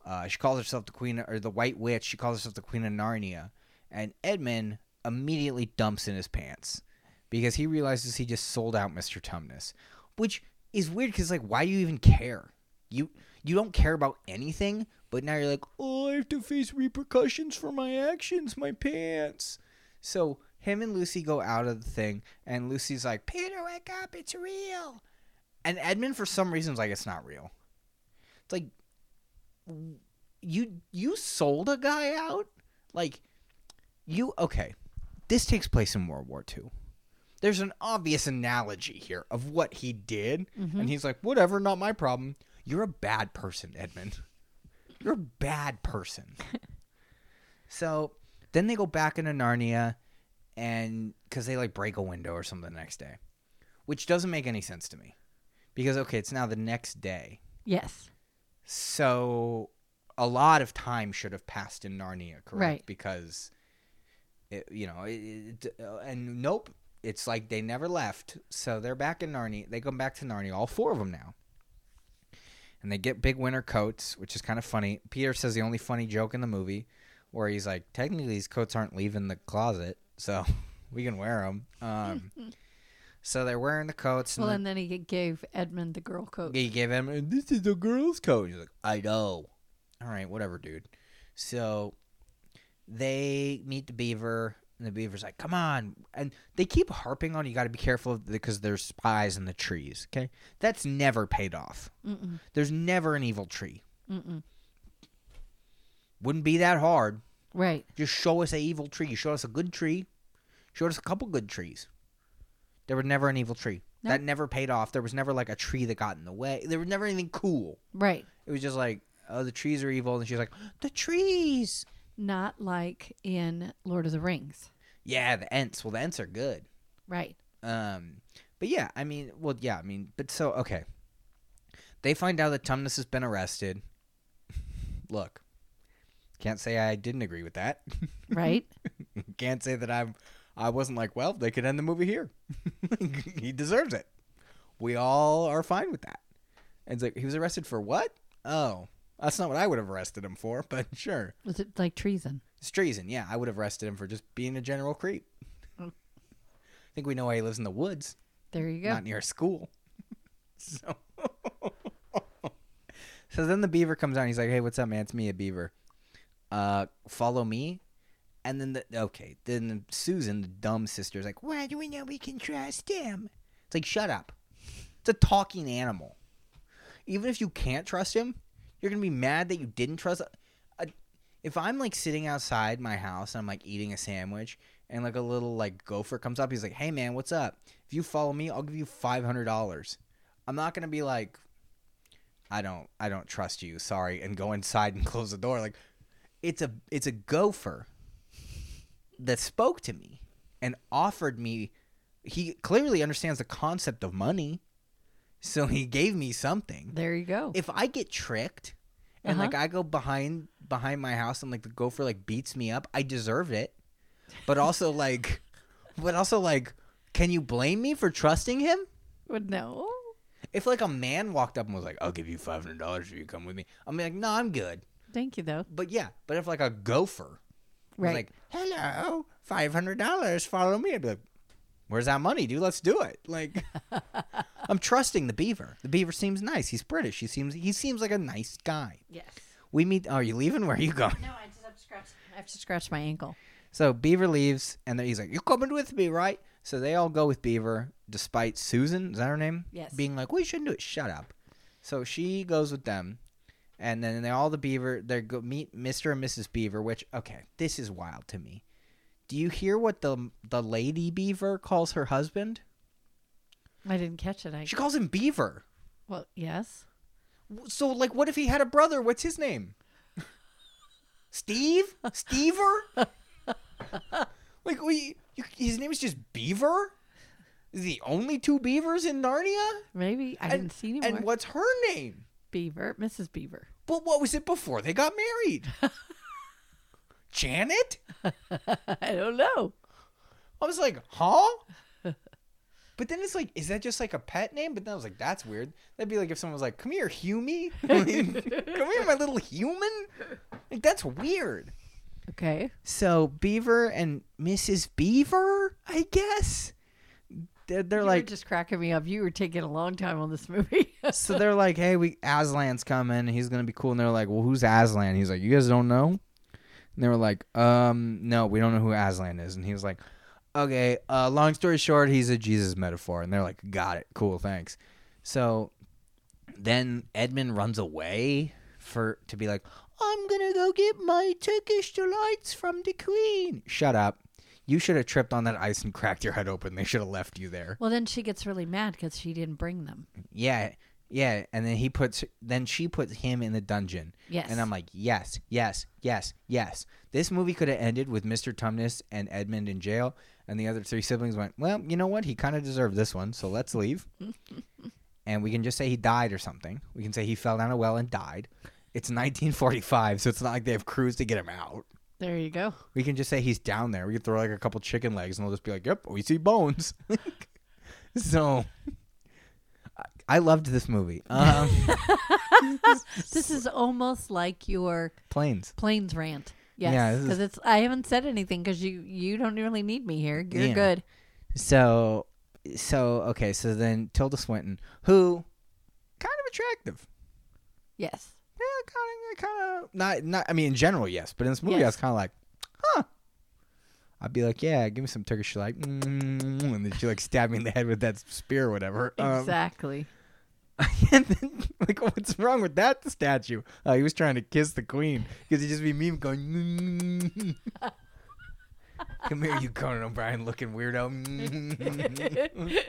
S1: Uh, she calls herself the queen or the white witch. She calls herself the queen of Narnia." And Edmund immediately dumps in his pants because he realizes he just sold out Mr. Tumnus, which is weird because like, why do you even care? You you don't care about anything, but now you're like, "Oh, I have to face repercussions for my actions, my pants." So him and Lucy go out of the thing, and Lucy's like, Peter, wake up, it's real. And Edmund, for some reason, is like, it's not real. It's like, w- you you sold a guy out? Like, you, okay, this takes place in World War II. There's an obvious analogy here of what he did,
S2: Mm-hmm.
S1: and he's like, whatever, not my problem. You're a bad person, Edmund. You're a bad person. so then they go back into Narnia and because they like break a window or something the next day, which doesn't make any sense to me. Because okay, it's now the next day,
S2: Yes.
S1: so a lot of time should have passed in Narnia, correct?
S2: Right.
S1: Because it, you know, it, it, uh, and nope, it's like they never left. So they're back in Narnia. They come back to Narnia, all four of them now. And they get big winter coats, which is kind of funny. Peter says the only funny joke in the movie, where he's like, technically these coats aren't leaving the closet, so [LAUGHS] we can wear them.
S2: [LAUGHS]
S1: Um, so they're wearing the coats.
S2: Well,
S1: and
S2: and then he gave Edmund the girl coat.
S1: he gave him, "And this is a girl's coat. He's like, I know. All right, whatever, dude. So they meet the beaver, and the beaver's like, come on. And they keep harping on you got to be careful because there's spies in the trees, okay? That's never paid off.
S2: Mm-mm,
S1: There's never an evil tree.
S2: mm-mm.
S1: Wouldn't be that hard.
S2: Right.
S1: Just show us a evil tree. You showed us a good tree. Showed us a couple good trees. There was never an evil tree.
S2: No.
S1: That never paid off. There was never like a tree that got in the way. There was never anything cool.
S2: Right.
S1: It was just like, oh, the trees are evil, and she's like, the trees.
S2: Not like in Lord of the Rings.
S1: Yeah, the Ents. Well, the Ents are good.
S2: Right.
S1: Um, but yeah, I mean, well, yeah, I mean, but so okay. They find out that Tumnus has been arrested. [LAUGHS] Look, can't say I didn't agree with that. [LAUGHS] Mm-hmm.
S2: Right.
S1: can't say that I'm. I wasn't like, well, they could end the movie here. [LAUGHS] he deserves it. We all are fine with that. And it's like he was arrested for what? Oh, that's not what I would have arrested him for, but sure.
S2: Was it like treason?
S1: It's treason. Yeah, I would have arrested him for just being a general creep. I think we know why he lives in the woods,
S2: There you go.
S1: not near a school. [LAUGHS] so, [LAUGHS] so then the beaver comes out. And he's like, "Hey, what's up, man? It's me, a beaver. Uh, follow me." And then the okay, then Susan, the dumb sister, is like, "Why do we know we can trust him?" It's like, shut up. It's a talking animal. Even if you can't trust him, you're gonna be mad that you didn't trust. A, if I'm like sitting outside my house and I'm like eating a sandwich and like a little like gopher comes up, he's like, "Hey man, what's up? If you follow me, I'll give you five hundred dollars." I'm not gonna be like, "I don't, I don't trust you, sorry," and go inside and [LAUGHS] close the door. Like, it's a it's a gopher that spoke to me and offered me. He clearly understands the concept of money, so he gave me something
S2: There you go.
S1: if I get tricked and
S2: Uh-huh.
S1: like I go behind behind my house and like the gopher like beats me up, I deserved it. But
S2: [LAUGHS]
S1: also like but also like can you blame me for trusting him?
S2: Well, no.
S1: If like a man walked up and was like, "I'll give you five hundred dollars if you come with me," I'm like, "No, I'm good."
S2: Thank you though.
S1: But yeah, but if like a gopher was
S2: Right.
S1: like, "Hello, five hundred dollars, follow me," I'd be like, "Where's that money, dude? Let's do it."
S2: [LAUGHS]
S1: Like, I'm trusting the beaver. The beaver seems nice. He's British. He seems he seems like a nice guy.
S2: yes.
S1: We meet. Are you leaving? Where are you going? [LAUGHS]
S2: No, I just have to scratch. I have to scratch my ankle.
S1: So Beaver leaves, and then he's like, "You're coming with me, right?" So they all go with Beaver, despite Susan, is that her name?
S2: Yes.
S1: Being like, we shouldn't do it. Shut up. So she goes with them, and then they all the Beaver. They go meet Mister and Mrs. Beaver. Which okay, this is wild to me. Do you hear what the the lady Beaver calls her husband?
S2: I didn't catch it. I
S1: She calls him Beaver.
S2: well, yes.
S1: So like, what if he had a brother? What's his name? Steve? Stever? like we, you, his name is just Beaver. Is the only two beavers in Narnia?
S2: Maybe I
S1: And-
S2: didn't see anymore.
S1: And what's her name?
S2: Beaver, Mrs.
S1: [LAUGHS]
S2: Beaver.
S1: But what was it before they got married? Janet?
S2: I don't know.
S1: I was like, huh? But then it's like, is that just like a pet name? But then I was like, that's weird. That'd be like if someone was like, come here, Humie. [LAUGHS] Come here, my little human. Like, that's weird.
S2: Okay.
S1: So Beaver and Mrs. Beaver, I guess. They're, they're
S2: you
S1: like,
S2: were just cracking me up. You were taking a long time on this movie. [LAUGHS]
S1: so they're like, hey, we Aslan's coming. He's gonna be cool. And they're like, well, who's Aslan? He's like, you guys don't know. And they were like, um, no, we don't know who Aslan is. And he was like, okay. Uh, long story short, he's a Jesus metaphor. And they're like, got it. Cool, thanks. So then Edmund runs away for to be like, I'm gonna go get my Turkish delights from the Queen. Shut up. You should have tripped on that ice and cracked your head open. They should have left you there.
S2: well, then she gets really mad because she didn't bring them.
S1: Yeah, yeah. And then he puts, then she puts him in the dungeon.
S2: Yes.
S1: And I'm like, yes, yes, yes, yes. This movie could have ended with Mr. Tumnus and Edmund in jail, and the other three siblings went, well, you know what? He kind of deserved this one, so let's leave. and we can just say he died or something. We can say he fell down a well and died. It's 1945, so it's not like they have crews to get him out.
S2: There you
S1: [LAUGHS]
S2: go.
S1: We can just say he's down there. We can throw like a couple chicken legs, and they'll just be like, "Yep, we see bones." [LAUGHS] so, I- I loved this movie. [LAUGHS] Um, [LAUGHS]
S2: This is almost like your
S1: planes.
S2: planes rant.
S1: Yeah,
S2: Yes,
S1: this is-
S2: because it's. I haven't said anything because you you don't really need me here. You're
S1: Yeah.
S2: good.
S1: So, so okay. So then Tilda Swinton, who kind of attractive.
S2: Yes.
S1: Yeah, kind of, kind of not, not. I mean, in general, yes. But in this movie, I was
S2: Yes.
S1: kind of like, huh. I'd be like, yeah, give me some Turkish. She's like, mm and then she like stabbed me in the head with that spear or whatever. Um,
S2: Exactly.
S1: [LAUGHS] and then, like, what's wrong with that statue? Oh, he was trying to kiss the queen because he'd just be meme going. [LAUGHS] "Mm." Come here, you Conan O'Brien looking weirdo.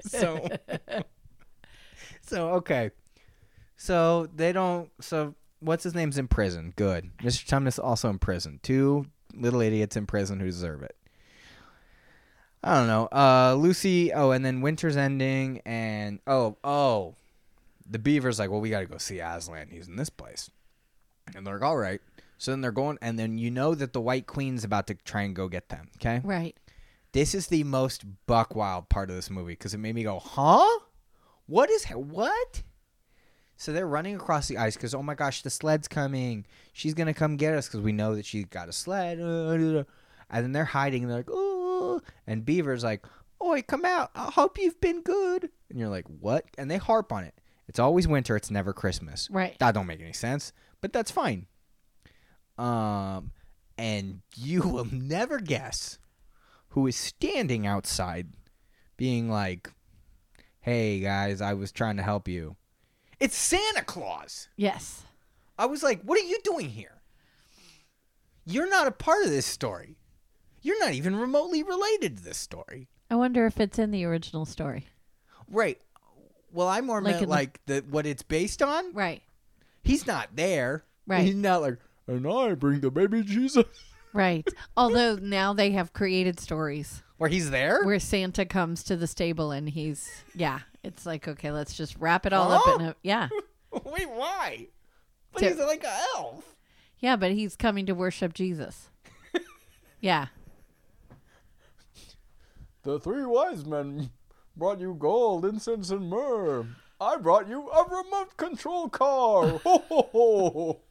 S1: [LAUGHS] so, so okay. So they don't. So what's his name's in prison? Good. Mr. Tumnus also in prison. Two little idiots in prison who deserve it. I don't know. Uh, Lucy. Oh, and then Winter's ending, and oh, oh, the beaver's like, well, we got to go see Aslan. He's in this place. And they're like, all right. So then they're going, and then you know that the White Queen's about to try and go get them. Okay.
S2: Right.
S1: This is the most buck wild part of this movie because it made me go, huh? What is what? So they're running across the ice because oh my gosh, the sled's coming. She's gonna come get us because we know that she got a sled. And then they're hiding and they're like, oh. And Beaver's like, oi, come out. I hope you've been good. And you're like, what? And they harp on it. It's always winter. It's never Christmas.
S2: Right.
S1: That don't make any sense, but that's fine. Um, and you [LAUGHS] will never guess who is standing outside, being like, "Hey guys, I was trying to help you." It's Santa Claus.
S2: Yes.
S1: I was like, "What are you doing here? You're not a part of this story. You're not even remotely related to this story."
S2: I wonder if it's in the original story.
S1: Right. Well, I more
S2: Like
S1: meant
S2: in the-
S1: like the what it's based on.
S2: Right.
S1: He's not there.
S2: Right.
S1: He's not like, and I bring the baby Jesus.
S2: Right. Although now they have created stories
S1: Where he's there?
S2: where Santa comes to the stable and he's yeah. It's like okay, let's just wrap it all up
S1: Oh!
S2: in a yeah.
S1: Wait, why? But
S2: To-
S1: he's like an elf.
S2: Yeah, but he's coming to
S1: [LAUGHS]
S2: worship Jesus. yeah.
S3: The three wise men brought you gold, incense, and myrrh. I brought you a remote control car. [LAUGHS] Ho ho ho!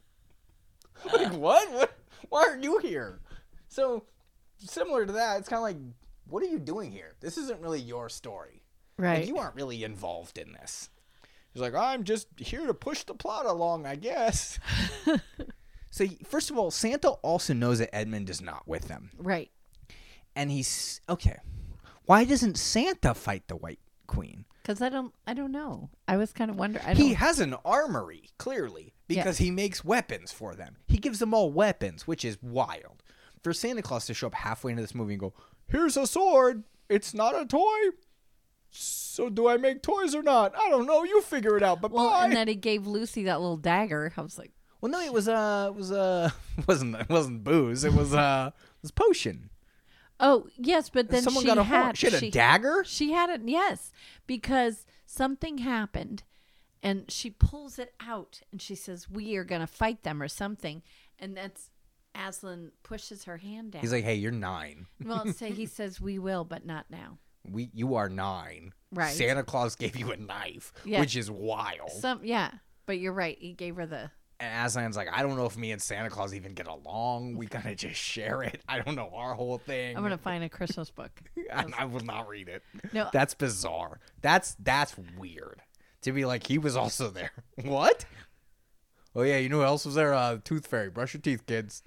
S1: Like what? What? Why are you here? So similar to that, it's kind of like, what are you doing here? This isn't really your story. Like,
S2: Right.
S1: you aren't really involved in this. He's like, I'm just here to push the plot along, I guess. so first of all, Santa also knows that Edmund is not with them,
S2: right.
S1: and he's okay. Why doesn't Santa fight the White Queen.
S2: Because I don't, I don't know. I was kind of wondering. I don't,
S1: He has an armory, clearly, because he makes weapons for them. He gives them all weapons, which is wild. For Santa Claus to show up halfway into this movie and go,
S3: Here's a sword. It's not a toy. So do I make toys or not? I don't know. You figure it out. But
S2: well,
S3: bye.
S2: and that he gave Lucy that little dagger. I was like,
S1: well, no, it was uh, it was uh, [LAUGHS] wasn't it wasn't booze. It was uh, it was potion.
S2: oh yes, but then
S1: Someone
S2: she
S1: got a
S2: had,
S1: horn. She had a dagger.
S2: She had it, yes, because something happened and she pulls it out and she says, We are going to fight them or something. And that's Aslan pushes her hand down.
S1: He's like, hey, you're nine.
S2: well,
S1: [LAUGHS]
S2: say he says, We will, but not now.
S1: We you are nine.
S2: Right.
S1: Santa Claus gave you a knife,
S2: Yeah.
S1: which is wild.
S2: Some, yeah, but you're right. He gave her the.
S1: and Aslan's like, I don't know if me and Santa Claus even get along.
S2: [LAUGHS]
S1: We kind of just share it. I don't know our whole thing.
S2: I'm going to find a Christmas book.
S1: [LAUGHS] and I will not read it.
S2: No.
S1: that's bizarre. That's that's weird to be like he was also there. [LAUGHS] What? Oh yeah, you know who else was there? Uh, Tooth Fairy. Brush your teeth, kids.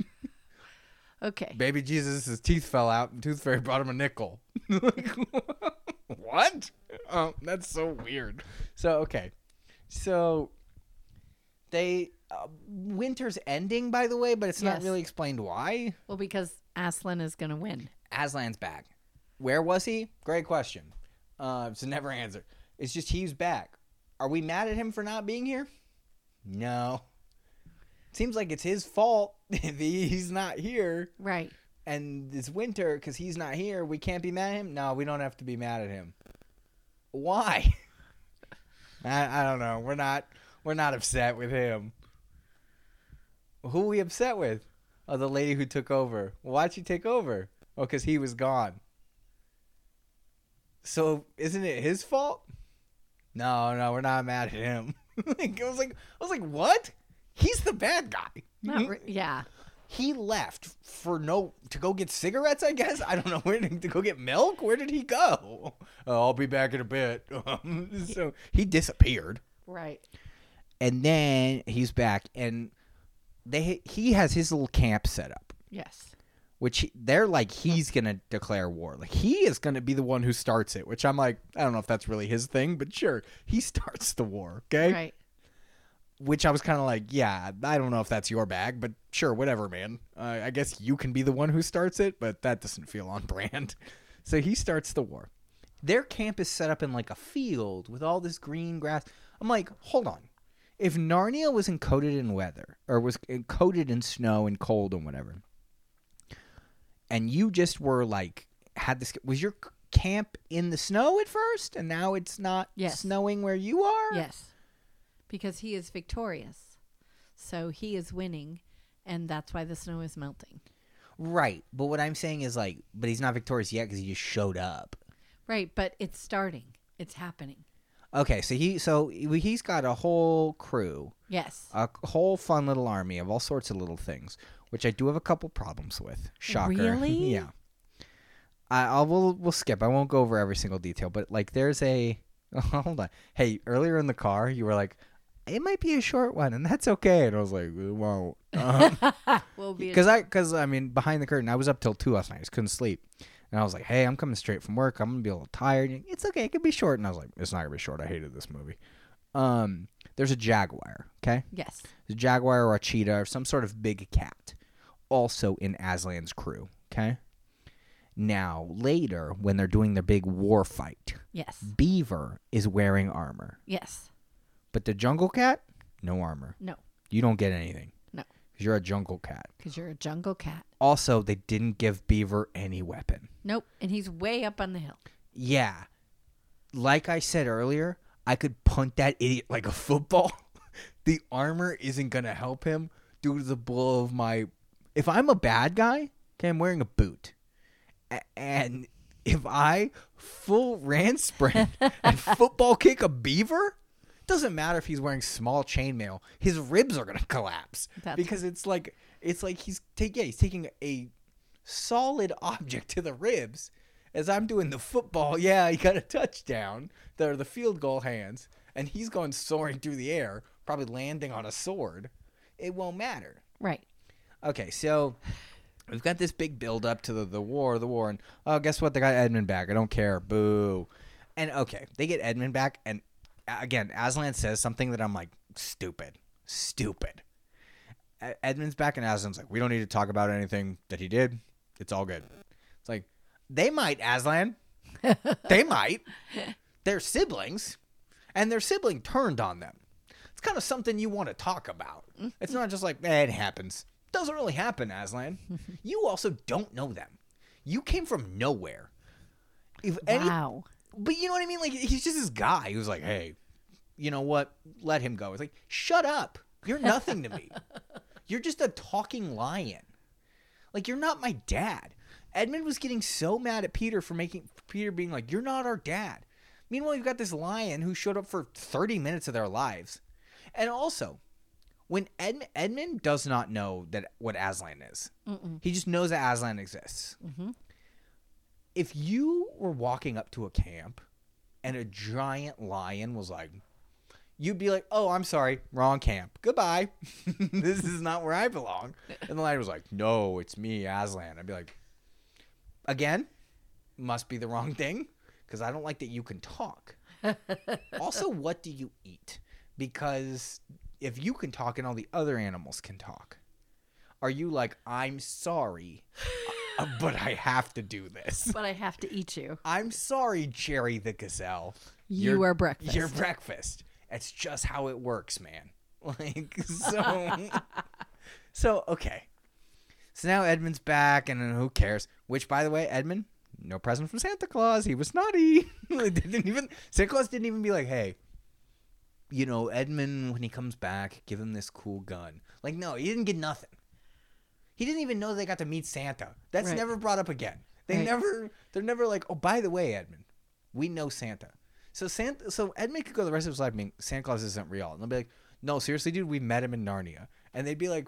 S2: Okay.
S1: Baby Jesus, his teeth fell out, and Tooth Fairy brought him a nickel. Like, [LAUGHS] what? Um, that's so weird. So okay, so they uh, winter's ending, by the way, but it's not
S2: Yes.
S1: really explained why.
S2: Well, because Aslan is going to win.
S1: Aslan's back. Where was he? Great question. Uh, it's a never answered. It's just he's back. Are we mad at him for not being here? No. Seems like it's his fault. [LAUGHS] that he's not here,
S2: Right.
S1: and it's winter because he's not here. We can't be mad at him. No, we don't have to be mad at him. Why? [LAUGHS] I, I don't know. We're not we're not upset with him. Who are we upset with? Oh, the lady who took over. Why'd she take over? Oh, because he was gone. So isn't it his fault? No, no, we're not mad at him. [LAUGHS] like, I was like, I was like, what? He's the bad guy. Mm-hmm.
S2: Not re- yeah.
S1: He left for no to go get cigarettes. I guess I don't know [LAUGHS] where to, to go get milk. Where did he go? [LAUGHS] Oh, I'll be back in a bit. [LAUGHS] so he disappeared
S2: Right.
S1: and then he's back and they he has his little camp set up
S2: Yes.
S1: which he- they're like he's gonna declare war like he is gonna be the one who starts it which i'm like i don't know if that's really his thing but sure he [LAUGHS] starts the war okay
S2: Right.
S1: which i was kind of like yeah i don't know if that's your bag but sure whatever man uh, i guess you can be the one who starts it but that doesn't feel on [LAUGHS] brand so he starts the war their camp is set up in like a field with all this green grass. I'm like, hold on. If Narnia was encoded in weather or was encoded in snow and cold and whatever, and you just were like, had this, was your c- camp in the snow at first and now it's not
S2: Yes.
S1: snowing where you are?
S2: Yes. Because he is victorious. So he is winning, and that's why the snow is melting.
S1: Right. But what I'm saying is like, but he's not victorious yet because he just showed up.
S2: Right, but it's starting. It's happening.
S1: Okay. So he, so he's got a whole crew.
S2: Yes.
S1: a whole fun little army of all sorts of little things, which I do have a couple problems with. Shocker. [LAUGHS]
S2: Really?
S1: yeah. I, I'll we'll, we'll skip. I won't go over every single detail, but like there's a [LAUGHS] hold on. Hey, earlier in the car, you were like, "It might be a short one, and that's okay." And I was like, "It won't," [LAUGHS]
S2: We'll be
S1: because I because I mean, behind the curtain, I was up till two last night. I just couldn't sleep, and I was like, "Hey, I'm coming straight from work. I'm gonna be a little tired. And It's okay. It could be short." And I was like, "It's not gonna be short. I hated this movie." Um, there's a jaguar. Okay
S2: yes.
S1: a jaguar or a cheetah or some sort of big cat, also in Aslan's crew. Okay. Now, later, when they're doing their big war fight,
S2: Yes.
S1: Mm. Beaver is wearing armor,
S2: Yes.
S1: but the jungle cat, no armor.
S2: No.
S1: You don't get anything.
S2: No.
S1: 'cause you're a jungle cat.
S2: Because you're a jungle cat.
S1: Also, they didn't give Beaver any weapon.
S2: Nope. And he's way up on the hill.
S1: Yeah. Like I said earlier, I could punt that idiot like a football. [LAUGHS] the armor isn't going to help him due to the blow of my. If I'm a bad guy, okay, I'm wearing a boot. A- and if I full ran sprint and football kick a beaver, doesn't matter if he's wearing small chainmail, his ribs are going to collapse
S2: That's-
S1: because it's like it's like he's take yeah, he's taking a solid object to the ribs as I'm doing the football. Yeah, he got a touchdown. There are the field goal hands, and he's going soaring through the air, probably landing on a sword. It won't matter.
S2: Right.
S1: Okay, so we've got this big build up to the, the war, the war, and oh, guess what? They got Edmund back. I don't care. Boo. And okay, they get Edmund back, and a- again, Aslan says something that I'm like, stupid, stupid. E- Edmund's back, and Aslan's like, we don't need to talk about anything that he did. It's all good. It's like they might Aslan, they might. They're siblings, and their sibling turned on them. It's kind of something you want to talk about. It's not just like eh, it happens. Doesn't really happen, Aslan. you also don't know them. You came from nowhere. If any
S2: Wow.
S1: but you know what I mean? Like he's just this guy who's like, hey, you know what? Let him go. It's like, shut up. You're nothing to me. You're just a talking lion. Like you're not my dad. Edmund was getting so mad at Peter for making Peter being like, you're not our dad. Meanwhile, you've got this lion who showed up for 30 minutes of their lives. And also, when Ed- Edmund does not know that what Aslan is, he just knows that Aslan exists if you were walking up to a camp and a giant lion was like, you'd be like, oh, I'm sorry, wrong camp. Goodbye. [LAUGHS] this is not where I belong. And the lion was like, no, it's me, Aslan. I'd be like, again, must be the wrong thing because I don't like that you can talk. also, what do you eat? Because if you can talk and all the other animals can talk, are you like, I'm sorry, uh, but I have to do this?
S2: But I have to eat you.
S1: I'm sorry, Jerry the Gazelle.
S2: You
S1: You're-
S2: are breakfast.
S1: Your breakfast. It's just how it works, man. [LAUGHS]
S2: [LAUGHS]
S1: Like so. so okay. So now Edmund's back, and then who cares? Which, by the way, Edmund, no present from Santa Claus. He was snotty. [LAUGHS] didn't even Santa Claus didn't even be like, hey. You know, Edmund, when he comes back, give him this cool gun. Like, no, he didn't get nothing. He didn't even know they got to meet Santa. That's
S2: Right.
S1: never brought up again. They
S2: Right.
S1: never, they're never like, oh, by the way, Edmund, we know Santa. So Santa, so Edmund could go the rest of his life being Santa Claus isn't real, and they'll be like, no, seriously, dude, we met him in Narnia, and they'd be like,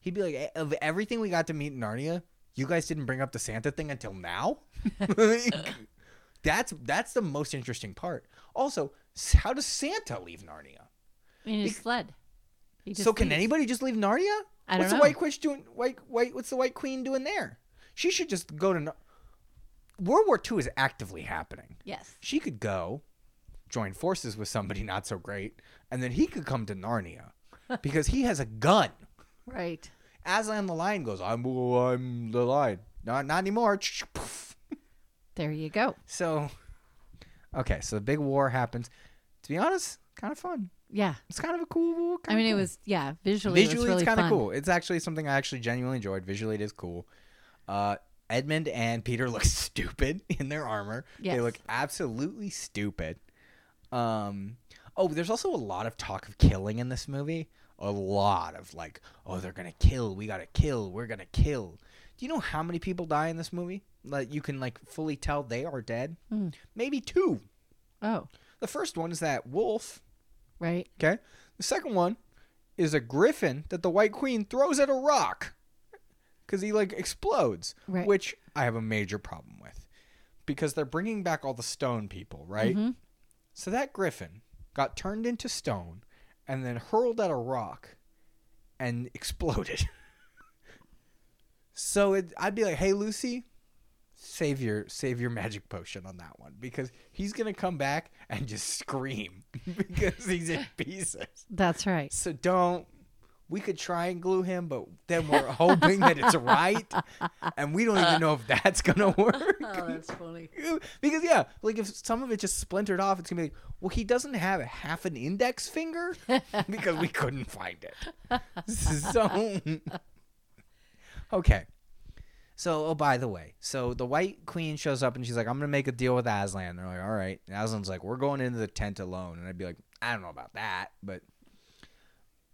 S1: he'd be like, "Eh, of everything we got to meet in Narnia, you guys didn't bring up the Santa thing until now. [LAUGHS] Like, that's that's the most interesting part. Also, s- how does Santa leave Narnia?
S2: in his sled. He just
S1: so can
S2: leaves.
S1: anybody just leave Narnia?
S2: I don't
S1: what's the
S2: know.
S1: White Queen doing? White White. What's the White Queen doing there? She should just go to. Nar- World War II is actively happening.
S2: Yes.
S1: She could go, join forces with somebody not so great, and then he could come to
S2: [LAUGHS]
S1: Narnia, because he has a gun.
S2: Right.
S1: Aslan the lion goes, "I'm I'm the lion." Not not anymore. [LAUGHS]
S2: There you go.
S1: So, okay, so the big war happens. To be honest, kind of fun.
S2: Yeah.
S1: It's kind of a cool.
S2: I
S1: Kind
S2: mean,
S1: of
S2: it
S1: cool.
S2: was yeah. Visually,
S1: visually
S2: it was really
S1: it's kind of
S2: fun.
S1: cool it's actually something i actually genuinely enjoyed visually it is cool uh edmund and peter [LAUGHS] look stupid in their armor they
S2: Yes.
S1: look absolutely stupid um oh there's also a lot of talk of killing in this movie a lot of like oh they're gonna kill we gotta kill we're gonna kill do you know how many people die in this movie like you can like fully tell they are dead
S2: Hmm.
S1: maybe two
S2: Oh,
S1: the first one is that wolf
S2: right.
S1: Okay. The second one is a griffin that the White Queen throws at a rock because he like explodes,
S2: Right.
S1: which I have a major problem with because they're bringing back all the stone people, right? So that griffin got turned into stone and then hurled at a rock and [LAUGHS] exploded. so it, I'd be like, "Hey, Lucy." Save your save your magic potion on that one because he's gonna come back and just scream [LAUGHS] because he's in pieces.
S2: That's right.
S1: So don't. We could try and glue him, but then we're hoping that [LAUGHS] it's right, and we don't even know if that's gonna work.
S2: Oh, that's funny.
S1: [LAUGHS] because yeah, like if some of it just splintered off, it's gonna be like, well, he doesn't have half an index finger because we couldn't find it. [LAUGHS] So okay. So, oh, by the way, so the White Queen shows up and she's like, I'm going to make a deal with Aslan. They're like, all right. And Aslan's like, we're going into the tent alone. And I'd be like, I don't know about that, but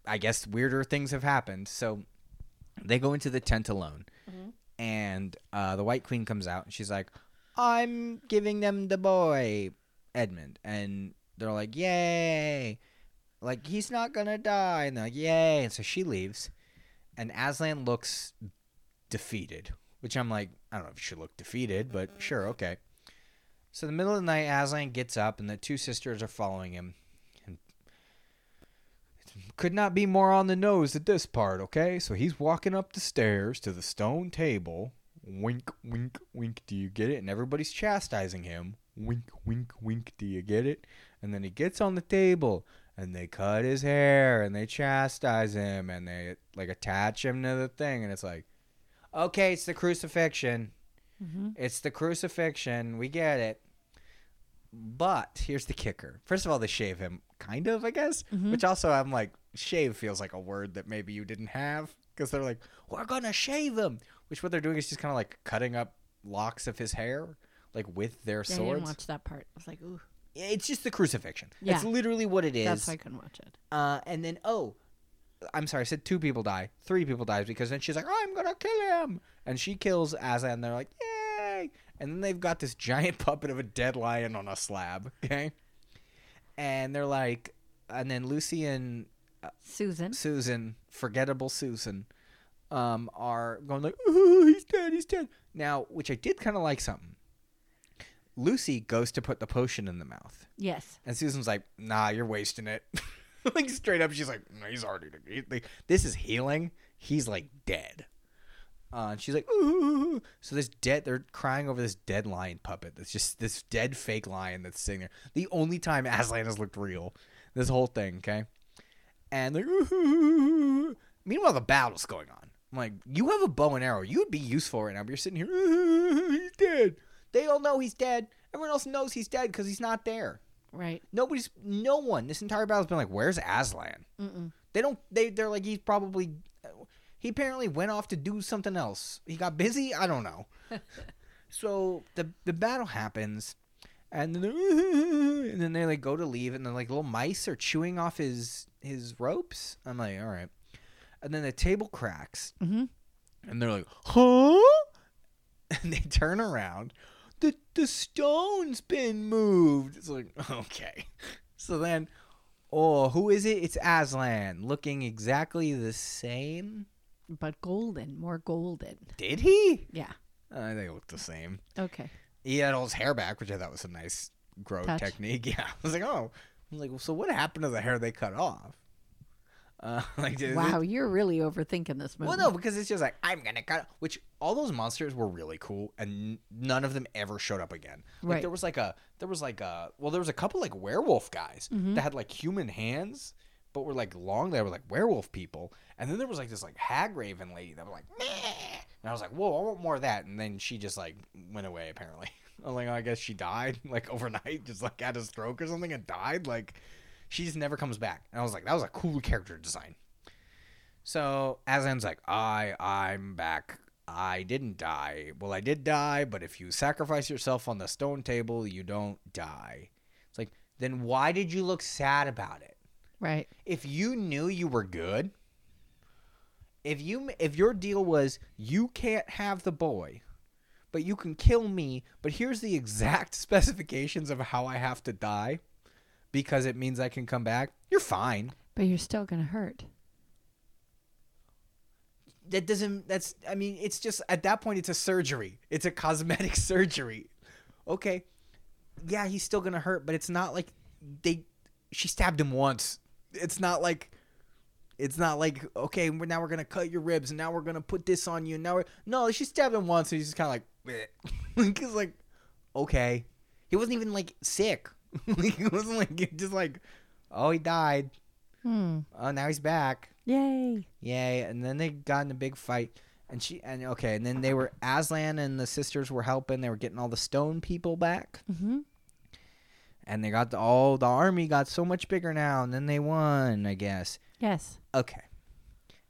S1: I guess weirder things have happened. So they go into the tent alone. And uh, the White Queen comes out and she's like, I'm giving them the boy, Edmund. And they're like, yay. Like, he's not going to die. And they're like, yay. And so she leaves. And Aslan looks defeated, which I'm like, I don't know if you should look defeated, but sure, okay. So the middle of the night, Aslan gets up, and the two sisters are following him. And it could not be more on the nose at this part, okay? So he's walking up the stairs to the stone table. Wink, wink, wink. Do you get it? And everybody's chastising him. wink, wink, wink. Do you get it? And then he gets on the table and they cut his hair and they chastise him and they like attach him to the thing. And it's like, okay, it's the crucifixion. It's the crucifixion. We get it. But here's the kicker. First of all, they shave him, kind of, I guess. Which also, I'm like, shave feels like a word that maybe you didn't have because they're like, we're gonna shave him. Which what they're doing is just kind of like cutting up locks of his hair, like with their
S2: Yeah, I
S1: swords.
S2: didn't watch that part. I was like, ooh,
S1: It's just the crucifixion.
S2: Yeah.
S1: It's literally what it is.
S2: that's why I couldn't watch it.
S1: Uh, and then oh, I'm sorry, I said two people die. Three people dies because then she's like, I'm gonna kill him, and she kills Aslan. And they're like, yay! And then they've got this [LAUGHS] giant puppet of a dead lion on a slab. Okay, and they're like, and then Lucy and
S2: Susan.
S1: Susan, forgettable Susan, um, are going like, "Ooh, he's dead, he's dead." Now, which I did kind of like something. Lucy goes to put the potion in the mouth.
S2: Yes.
S1: And Susan's like, "Nah, you're wasting it." like straight up, she's like, "No, "He's already he- like, this is healing. He's like dead." Uh, and she's like, "Ooh!" So this dead, they're crying over this dead lion puppet. That's just this dead fake lion that's sitting there. The only time Aslan has looked real, this whole thing. Okay, and like, "Ooh." meanwhile, the battle's going on. I'm like, "You have a bow and arrow. You would be useful right now." But you're sitting here, "Ooh, he's dead." They all know he's dead. Everyone else knows he's dead because he's not there.
S2: Right.
S1: Nobody's no one. This entire battle's been like, where's Aslan?
S2: Mm-mm.
S1: They don't. They they're like he's probably. He apparently went off to do something else. He got busy. I don't know. so the the battle happens, and then [LAUGHS] they're- and then they like go to leave, and then like little mice are chewing off his his ropes. I'm like, all right. And then the table cracks,
S2: Mhm.
S1: and they're like, huh? [LAUGHS] And they turn around. The the stone's been moved. It's like [LAUGHS] okay. So then, oh, who is it? It's Aslan, looking exactly the same.
S2: But golden, more golden.
S1: Did he?
S2: Yeah.
S1: Uh, they look the same.
S2: Okay.
S1: He had all his hair back, which I thought was a nice grow
S2: Touch.
S1: technique. [LAUGHS] Yeah, I was like, oh, I was like, well, so what happened to the hair they cut off? Uh, [LAUGHS] like, did it-
S2: Wow, you're really overthinking this movie.
S1: Well, no, because it's just like I'm gonna cut. Which all those monsters were really cool, and n- none of them ever showed up again. Like
S2: Right.
S1: there was like a there was like a well there was a couple like werewolf guys that had like human hands, but were like long. They were like werewolf people, and then there was like this like hag raven lady that was like meh, and I was like whoa I want more of that, and then she just like went away apparently. [LAUGHS] I was like "Oh, I guess she died [LAUGHS] like overnight, just like had a stroke or something and died like. She just never comes back. And I was like, that was a cool character design. So Aslan's like, I, I'm back. I didn't die. Well, I did die, but if you sacrifice yourself on the stone table, you don't die. It's like, then why did you look sad about it?
S2: Right.
S1: If you knew you were good, if you if your deal was you can't have the boy, but you can kill me, but here's the exact [LAUGHS] specifications of how I have to die because it means I can come back. You're fine.
S2: But you're still going to hurt.
S1: that doesn't that's i mean it's just at that point it's a surgery it's a cosmetic [LAUGHS] surgery okay yeah he's still gonna hurt but it's not like they she stabbed him once it's not like it's not like okay we're, now we're gonna cut your ribs and now we're gonna put this on you and now we're no she stabbed him once and he's just kind of like [LAUGHS] because like okay he wasn't even like sick [LAUGHS] like he wasn't like just like oh he died
S2: Hmm.
S1: oh now he's back
S2: Yay.
S1: Yay! And then they got in a big fight, and she and okay, and then they were Aslan and the sisters were helping. They were getting all the stone people back,
S2: Mm-hmm.
S1: and they got the all the army got so much bigger now, and then they won, I guess.
S2: Yes.
S1: Okay,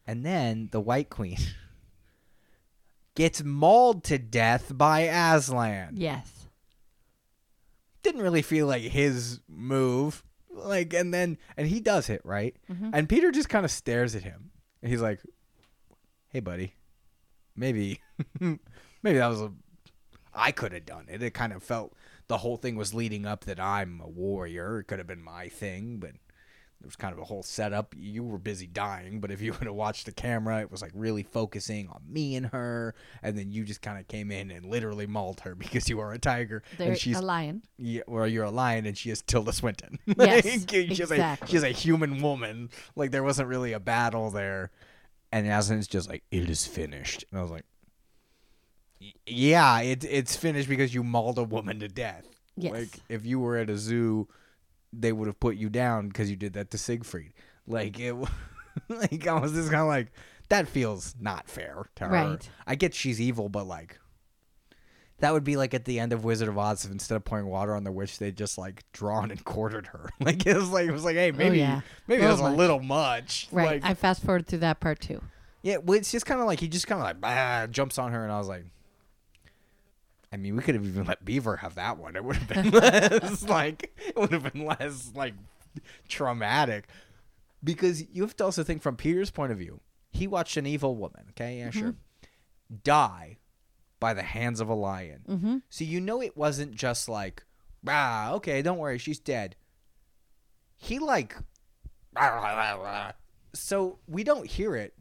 S1: and then the White Queen [LAUGHS] gets mauled to death by Aslan.
S2: Yes.
S1: Didn't really feel like his move. Like, and then and he does it right,
S2: Mhm.
S1: and Peter just kind of stares at him, and he's like, "Hey, buddy." maybe [LAUGHS] maybe that was a I could have done it. It kind of felt the whole thing was leading up that I'm a warrior. It could have been my thing, but there was kind of a whole setup. You were busy dying, but if you [LAUGHS] would have watched the camera, it was like really focusing on me and her, and then you just kind of came in and literally mauled her [LAUGHS] because you are a tiger
S2: They're
S1: and she's
S2: a lion.
S1: yeah, well, you're a lion, and she is Tilda Swinton. [LAUGHS]
S2: Yes,
S1: she's A,
S2: exactly.
S1: she's a human woman. Like there wasn't really a battle there, and Aslan's just like, "It is finished," and I was like, "Y- "Yeah, it, it's finished because you mauled a woman to death."
S2: Yes.
S1: Like if you were at a zoo, they would have put you down because you did that to Siegfried. Like it, wa- [LAUGHS] like I was just kind of like that feels not fair to her.
S2: Right.
S1: I get she's evil, but like that would be like at the end of Wizard of Oz if instead of pouring water on the witch, they just like drawn and [LAUGHS] quartered her. Like it was like it was like hey maybe
S2: Oh, yeah.
S1: maybe
S2: Little
S1: that's a
S2: much.
S1: little much.
S2: Right.
S1: Like,
S2: I fast forward through that part too.
S1: yeah, well, it's just kind of like he just kind of like bah, jumps on her, and I was like, I mean, we could have even let Beaver have that one. It would have been [LAUGHS] less like it would have been less like traumatic, because you have to also think from Peter's point of view. He watched an evil woman, okay,
S2: Mm-hmm.
S1: yeah, sure, die by the hands of a lion.
S2: Mm-hmm.
S1: So you know it wasn't just like, ah, okay, don't worry, she's dead. He like, so we don't hear it,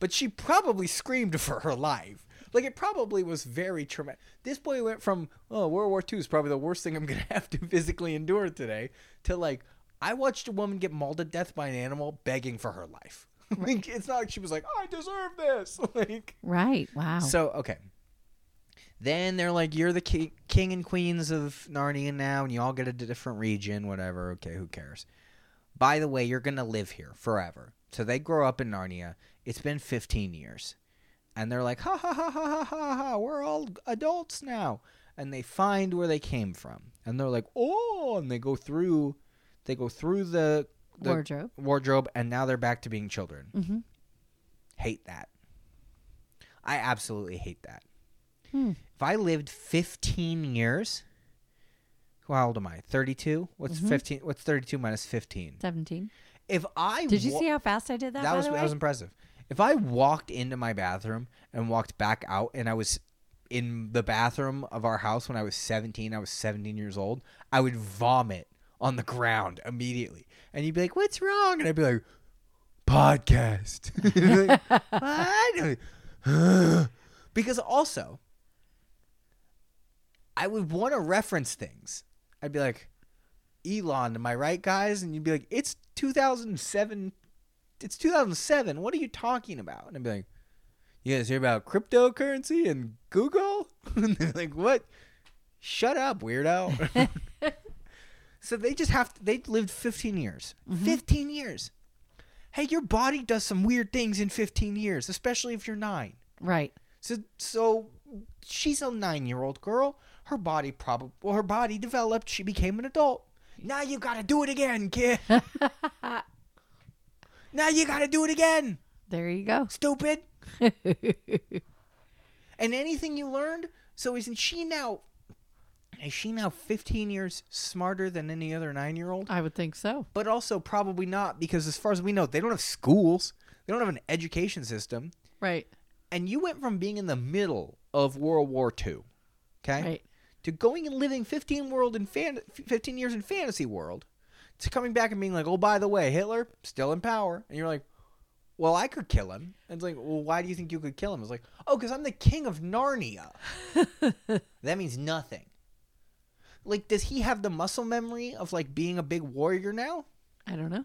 S1: but she probably screamed for her life. Like it probably was very traumatic. This boy went from oh World War II is probably the worst thing I'm gonna [LAUGHS] have to physically endure today to like I watched a woman get mauled to death by an animal begging for her life. [LAUGHS] like it's not like she was like "Oh, I deserve this. [LAUGHS] Like
S2: Right. Wow.
S1: so okay. Then they're like, "You're the ki- king and queens of Narnia now, and you all get a d- different region, whatever. Okay, who cares? By the way, you're gonna live here forever." So they grow up in Narnia. It's been 15 years, and they're like, "Ha ha ha ha ha ha ha! We're all adults now." And they find where they came from, and they're like, "Oh!" And they go through, they go through the, the
S2: Wardrobe.
S1: wardrobe, and now they're back to being children.
S2: Mm-hmm.
S1: Hate that. I absolutely hate that.
S2: Hmm.
S1: If I lived 15 years, how old am I? 32? What's
S2: Mhm.
S1: 15? What's 32 minus 15?
S2: Seventeen.
S1: If I
S2: Did you
S1: wa-
S2: see how fast I did that?
S1: that,
S2: by
S1: was
S2: the way?
S1: that was impressive. If I walked into my bathroom and walked back out and I was in the bathroom of our house when I was 17, I was 17 years old, I would vomit on the ground immediately. And you'd be like, "What's wrong?" And I'd be like, "Podcast." [LAUGHS]
S2: [LAUGHS]
S1: Like, "What?" because also I would want to reference things. I'd be like, "Elon, am I right, guys?" And you'd be like, "It's 2007 it's 2007. What are you talking about? And I'd be like, you guys hear about cryptocurrency and Google? [LAUGHS] and they're like, what? Shut up, weirdo. so they just have, to, they lived 15 years. 15 years. Hey, your body does some weird things in 15 years, especially if you're nine.
S2: right.
S1: So, so she's a nine-year-old girl. Her body probably, well, her body developed. She became an adult. Now you gotta do it again, kid. now you gotta do it again,
S2: There you go.
S1: stupid. And anything you learned. So isn't she now? Is she now 15 years smarter than any other nine-year-old?
S2: [LAUGHS] I would think so.
S1: But also probably not, because as far as we know, they don't have schools. They don't have an education system.
S2: Right.
S1: And you went from being in the middle of World War II, okay?
S2: Right.
S1: to going and living 15 world in fan- 15 years in fantasy world to coming back and being like oh by the way hitler still in power and you're like well i could kill him and it's like well why do you think you could kill him it's like oh because i'm the king of narnia that means nothing like does he have the muscle memory of like being a big warrior now
S2: I don't know.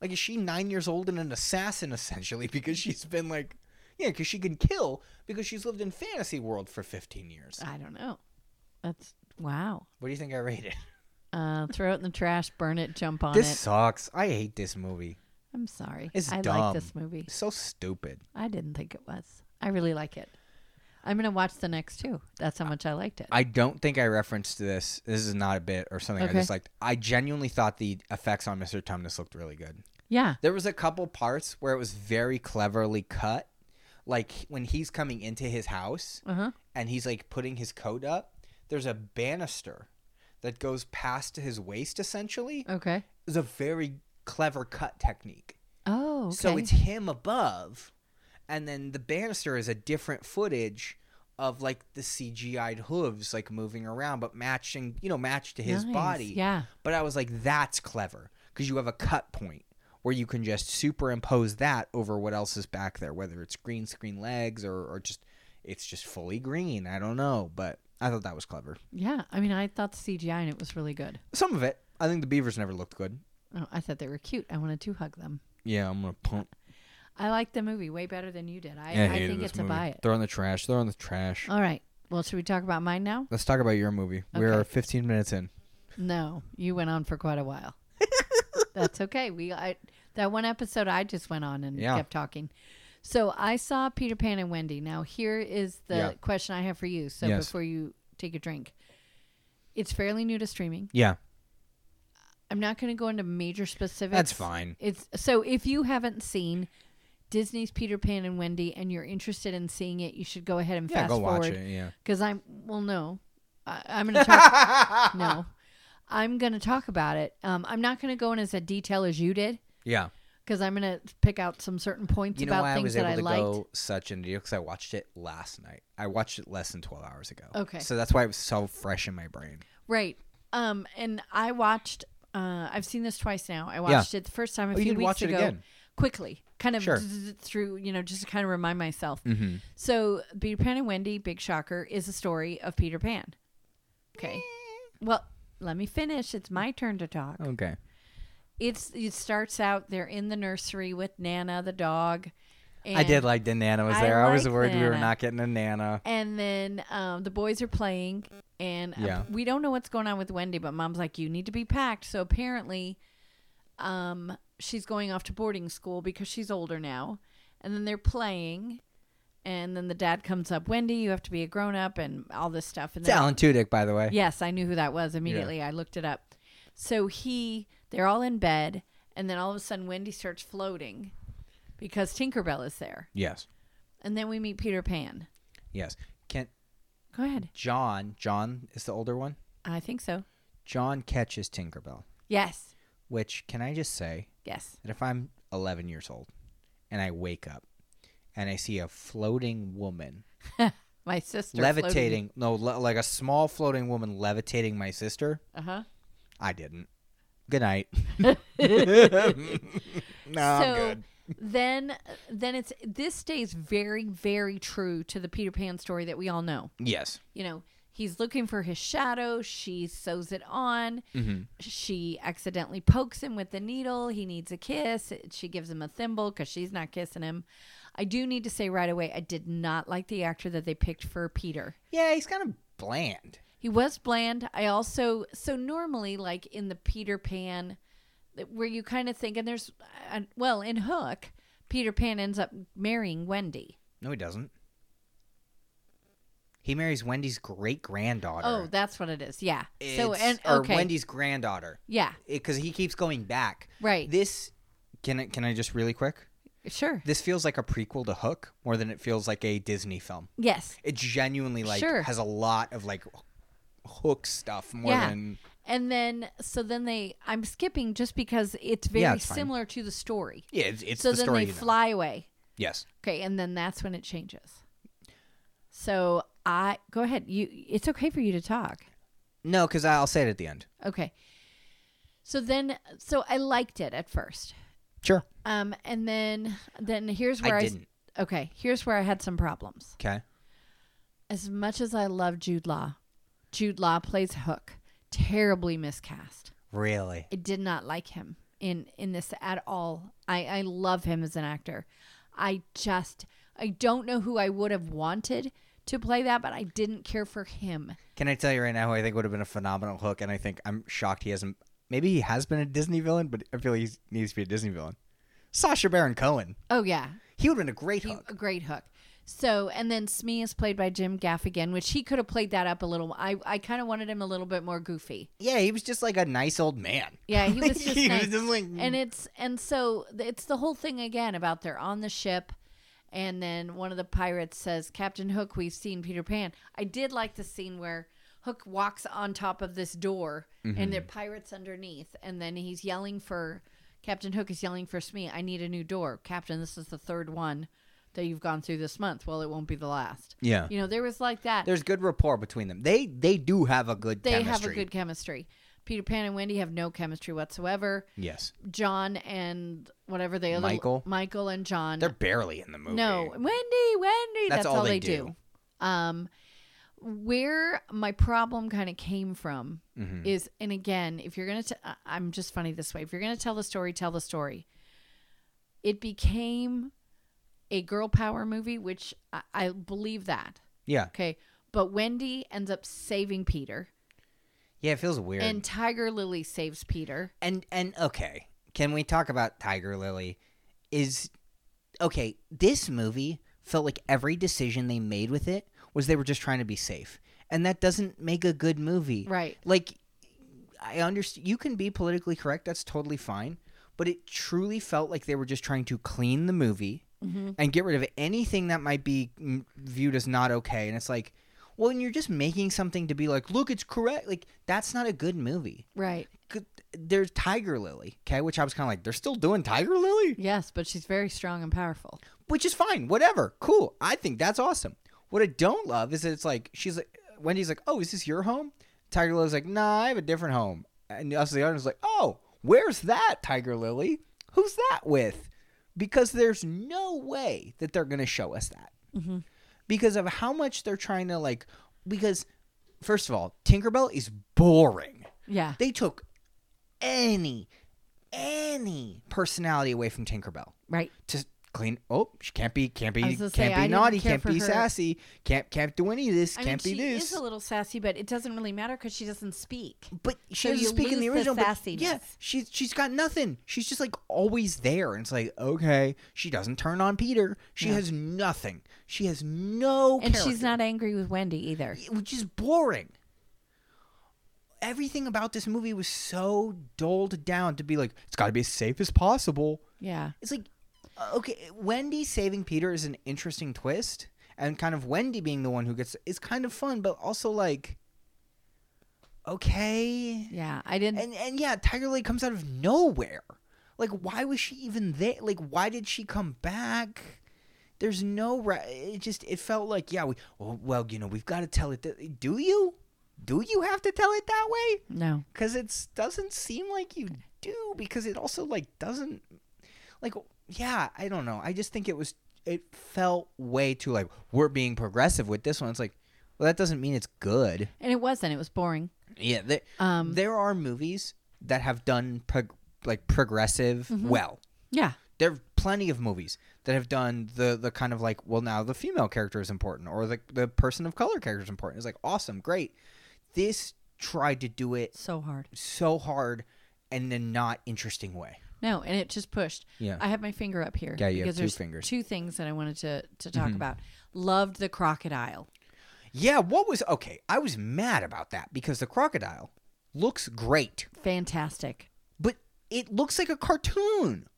S1: like is she nine years old and an assassin [LAUGHS] essentially because she's been like yeah because she can kill because she's lived in fantasy world for 15 years
S2: I don't know. That's wow.
S1: what do you think i rated
S2: Uh, throw it in the trash, burn it, jump on
S1: This
S2: it.
S1: sucks. I hate this movie.
S2: I'm sorry.
S1: It's
S2: I
S1: dumb.
S2: like this movie.
S1: It's so stupid.
S2: I didn't think it was. I really like it. I'm gonna watch the next two. That's how much I liked it.
S1: I don't think I referenced this. This is not a bit or something I
S2: Okay.
S1: just liked. I genuinely thought the effects on Mr. Tumnus looked really good.
S2: yeah.
S1: There was a couple parts where it was very cleverly cut. Like when he's coming into his house
S2: Uh huh.
S1: and he's like putting his coat up, there's a banister that goes past his waist essentially.
S2: Okay.
S1: It's a very clever cut technique.
S2: Oh. Okay.
S1: So it's him above, and then the banister is a different footage of like the CGI'd hooves like moving around, but matching, you know, matched to his
S2: Nice.
S1: body.
S2: Yeah.
S1: But I was like, that's clever because you have a cut point where you can just superimpose that over what else is back there, whether it's green screen legs or, or just it's just fully green. I don't know, but I thought that was clever.
S2: Yeah. I mean, I thought the CGI and it was really good.
S1: Some of it, I think the beavers never looked good.
S2: Oh, I thought they were cute. I wanted to hug them.
S1: Yeah, I'm gonna pump.
S2: I like the movie way better than you did. I, I, think it's a buy it.
S1: Throw in the trash. Throw in the trash.
S2: All right. Well, should we talk about mine now?
S1: Let's talk about your movie. We are
S2: Okay.
S1: 15 minutes in.
S2: No, you went on for quite
S1: [LAUGHS]
S2: a while. That's okay. We I, that one episode I just went on and
S1: Yeah.
S2: kept talking. So I saw Peter Pan and Wendy. Now here is the
S1: Yeah.
S2: question I have for you. So
S1: Yes.
S2: before you take a drink, it's fairly new to streaming.
S1: Yeah,
S2: I'm not going to go into major specifics.
S1: that's fine.
S2: It's so if you haven't seen Disney's Peter Pan and Wendy and you're interested in seeing it, you should go ahead and
S1: Yeah,
S2: fast
S1: go watch
S2: forward
S1: it.
S2: [LAUGHS]
S1: Yeah.
S2: because I'm well, no, I, I'm
S1: [LAUGHS]
S2: gonna talk. no, [LAUGHS] I'm gonna talk about it. Um, I'm not gonna go in as a detail as you did
S1: Yeah.
S2: because I'm gonna pick out some certain points
S1: You know
S2: about
S1: why I
S2: things
S1: was
S2: that
S1: able
S2: I
S1: to
S2: liked.
S1: go such into detail? Because I watched it last night. I watched it less than 12 hours ago.
S2: Okay.
S1: So that's why it was so fresh in my brain.
S2: Right. Um, and I watched. Uh, I've seen this twice now. I watched it the first time a
S1: Oh,
S2: few
S1: you did
S2: weeks
S1: watch it
S2: ago.
S1: again.
S2: Quickly, kind of
S1: Sure. Mm-hmm.
S2: zzz, through, you know, just to kind of remind myself. So, Peter Pan and Wendy, big shocker, is a story of Peter Pan. Okay. Well, let me finish. It's my turn to talk.
S1: Okay.
S2: it's it starts out they're in the nursery with Nana the dog. And,
S1: I did like the Nana was
S2: I
S1: there. I, was
S2: liked
S1: worried we were
S2: Nana.
S1: not getting a Nana.
S2: And then um, the boys are playing, and uh,
S1: Yeah.
S2: we don't know what's going on with Wendy, but Mom's like, "You need to be packed." So apparently, um, she's going off to boarding school because she's older now. And then they're playing, and then the dad comes up, "Wendy, you have to be a grown up," and all this stuff. And
S1: It's
S2: they're
S1: Alan Tudyk, by the way.
S2: Yes, I knew who that was immediately. I looked it up. So he, they're all in bed, and then all of a sudden Wendy starts floating because Tinkerbell is there.
S1: Yes.
S2: And then we meet Peter Pan.
S1: Yes. Can
S2: Go ahead.
S1: John, John is the older one.
S2: I think so.
S1: John catches Tinkerbell,
S2: Yes.
S1: which can I just say
S2: Yes.
S1: that if I'm 11 years old and I wake up and I see a floating woman
S2: My sister.
S1: levitating, no, le- like a small floating woman levitating my sister,
S2: Uh huh.
S1: I didn't. Good night. no, I'm
S2: so
S1: good.
S2: then, then it's this stays very, very true to the Peter Pan story that we all know.
S1: Yes.
S2: you know, he's looking for his shadow. She sews it on. She accidentally pokes him with the needle. He needs a kiss. She gives him a thimble because she's not kissing him. I do need to say right away, I did not like the actor that they picked for Peter.
S1: Yeah, he's kind of bland.
S2: He was bland. I also, so normally, like in the Peter Pan, that- where you kind of think, and there's, uh, well, in Hook, Peter Pan ends up marrying Wendy.
S1: No, he doesn't. He marries Wendy's great granddaughter.
S2: Oh, that's what it is. Yeah. so,
S1: It's-
S2: and,
S1: or
S2: okay.
S1: Wendy's granddaughter,
S2: Yeah.
S1: because he keeps going back.
S2: Right.
S1: This can I, can I just really quick?
S2: Sure.
S1: This feels like a prequel to Hook more than it feels like a Disney film.
S2: Yes.
S1: It genuinely like
S2: Sure.
S1: has a lot of like Hook stuff more
S2: Yeah.
S1: than
S2: And then, so then they, I'm skipping just because it's very
S1: Yeah, it's fine.
S2: similar to the story.
S1: yeah. It's, it's
S2: so
S1: the
S2: then
S1: story.
S2: they
S1: you know.
S2: fly away.
S1: Yes.
S2: Okay. And then that's when it changes. So I, go ahead. You, it's okay for you to talk.
S1: No, because I'll say it at the end.
S2: Okay. So then, so I liked it at first.
S1: Sure.
S2: Um, and then, then here's
S1: I
S2: where I, s-
S1: didn't.
S2: okay. Here's where I had some problems.
S1: Okay.
S2: As much as I love Jude Law, Jude Law plays Hook, terribly miscast.
S1: Really.
S2: I did not like him in in this at all. I I love him as an actor. I just I don't know who I would have wanted to play that, but I didn't care for him.
S1: Can I tell you right now who I think would have been a phenomenal Hook, and I think I'm shocked he hasn't. Maybe he has been a Disney villain, but I feel he needs to be a Disney villain. Sasha Baron Cohen.
S2: Oh yeah,
S1: He would have been a great
S2: he,
S1: Hook.
S2: a great hook. So and then Smee is played by Jim Gaffigan, which he could have played that up a little. I I kind of wanted him a little bit more goofy.
S1: Yeah, he was just like a nice old man.
S2: Yeah, he was just
S1: He was
S2: nice.
S1: just [LAUGHS] like-
S2: and it's and so th- it's the whole thing again about they're on the ship, and then one of the pirates says, "Captain Hook, we've seen Peter Pan." I did like the scene where Hook walks on top of this door, and the
S1: Mm-hmm.
S2: pirates underneath, and then he's yelling for Captain Hook is yelling for Smee. I need a new door, Captain. This is the third one that you've gone through this month. Well, it won't be the last.
S1: Yeah.
S2: you know there was like that
S1: There's good rapport between them. They they do have a good
S2: they
S1: chemistry.
S2: have a good chemistry. Peter Pan and Wendy have no chemistry whatsoever.
S1: Yes,
S2: John and whatever they other
S1: Michael?
S2: Michael and John.
S1: they're barely in the movie.
S2: no, Wendy, Wendy. That's, all, they, do.
S1: do.
S2: Um, where my problem kind of came from is, and again, if you're gonna, t- I- I'm just funny this way. If you're gonna tell the story, tell the story. It became a girl power movie, which I, I believe that.
S1: Yeah.
S2: Okay. But Wendy ends up saving Peter,
S1: Yeah, it feels weird.
S2: and Tiger Lily saves Peter.
S1: and and okay can we talk about tiger lily is okay this movie felt like every decision they made with it was they were just trying to be safe and that doesn't make a good movie
S2: Right.
S1: like i understand you can be politically correct that's totally fine but it truly felt like they were just trying to clean the movie and get rid of anything that might be mm, viewed as not okay and it's like well and you're just making something to be like look it's correct like that's not a good movie
S2: Right.
S1: good- there's Tiger Lily, okay, which I was kind of like, they're still doing Tiger Lily,
S2: Yes, but she's very strong and powerful.
S1: which is fine, whatever, cool. I think that's awesome. What I don't love is that it's like she's like Wendy's like, oh, is this your home? Tiger Lily's like, nah, I have a different home. And us the audience is like, oh, where's that Tiger Lily? Who's that with? Because there's no way that they're gonna show us that because of how much they're trying to like. Because first of all, Tinkerbell is boring.
S2: Yeah.
S1: They took any any personality away from Tinkerbell
S2: Right.
S1: to clean. Oh, she can't be can't be
S2: I was gonna
S1: can't
S2: say, I
S1: be
S2: didn't
S1: naughty,
S2: care
S1: can't
S2: for
S1: be
S2: her.
S1: sassy, can't can't do any of this,
S2: I
S1: can't
S2: mean,
S1: be
S2: she
S1: this.
S2: is a little sassy, but it doesn't really matter because she doesn't speak.
S1: but she
S2: so
S1: doesn't
S2: you
S1: speak in the
S2: lose the
S1: original. but yeah,
S2: sassiness.
S1: she's she's got nothing. She's just like always there, and it's like okay, she doesn't turn on Peter. She has nothing. She has no.
S2: And she's
S1: character.
S2: not angry with Wendy either.
S1: which is boring. Everything about this movie was so doled down to be like, it's got to be as safe as possible.
S2: Yeah.
S1: It's like, uh, okay, Wendy saving Peter is an interesting twist, and kind of Wendy being the one who gets is kind of fun, but also like, okay,
S2: Yeah. I didn't.
S1: and and yeah, Tiger Lily comes out of nowhere. Like, why was she even there? Like, why did she come back? There's no. Ra- it just it felt like yeah. We well, well you know we've got to tell it. Th- do you? Do you have to tell it that way?
S2: no.
S1: Because it doesn't seem like you do. Because it also like doesn't. Like yeah, I don't know. I just think it was. It felt way too like we're being progressive with this one. It's like, well, that doesn't mean it's good.
S2: And it wasn't. It was boring.
S1: Yeah. They,
S2: Um.
S1: there are movies that have done prog- like progressive well.
S2: Yeah.
S1: There are plenty of movies that have done the the kind of like well now the female character is important or the the person of color character is important. It's like awesome, great. This tried to do it
S2: So hard.
S1: so hard in a not interesting way.
S2: No, and it just pushed.
S1: Yeah.
S2: I have my finger up here.
S1: Yeah, you have
S2: because
S1: two
S2: there's
S1: fingers.
S2: Two Mm-hmm. things that I wanted to to talk about. Loved the crocodile.
S1: Yeah, what was okay? I was mad about that because the crocodile looks great.
S2: Fantastic.
S1: but it looks like a cartoon.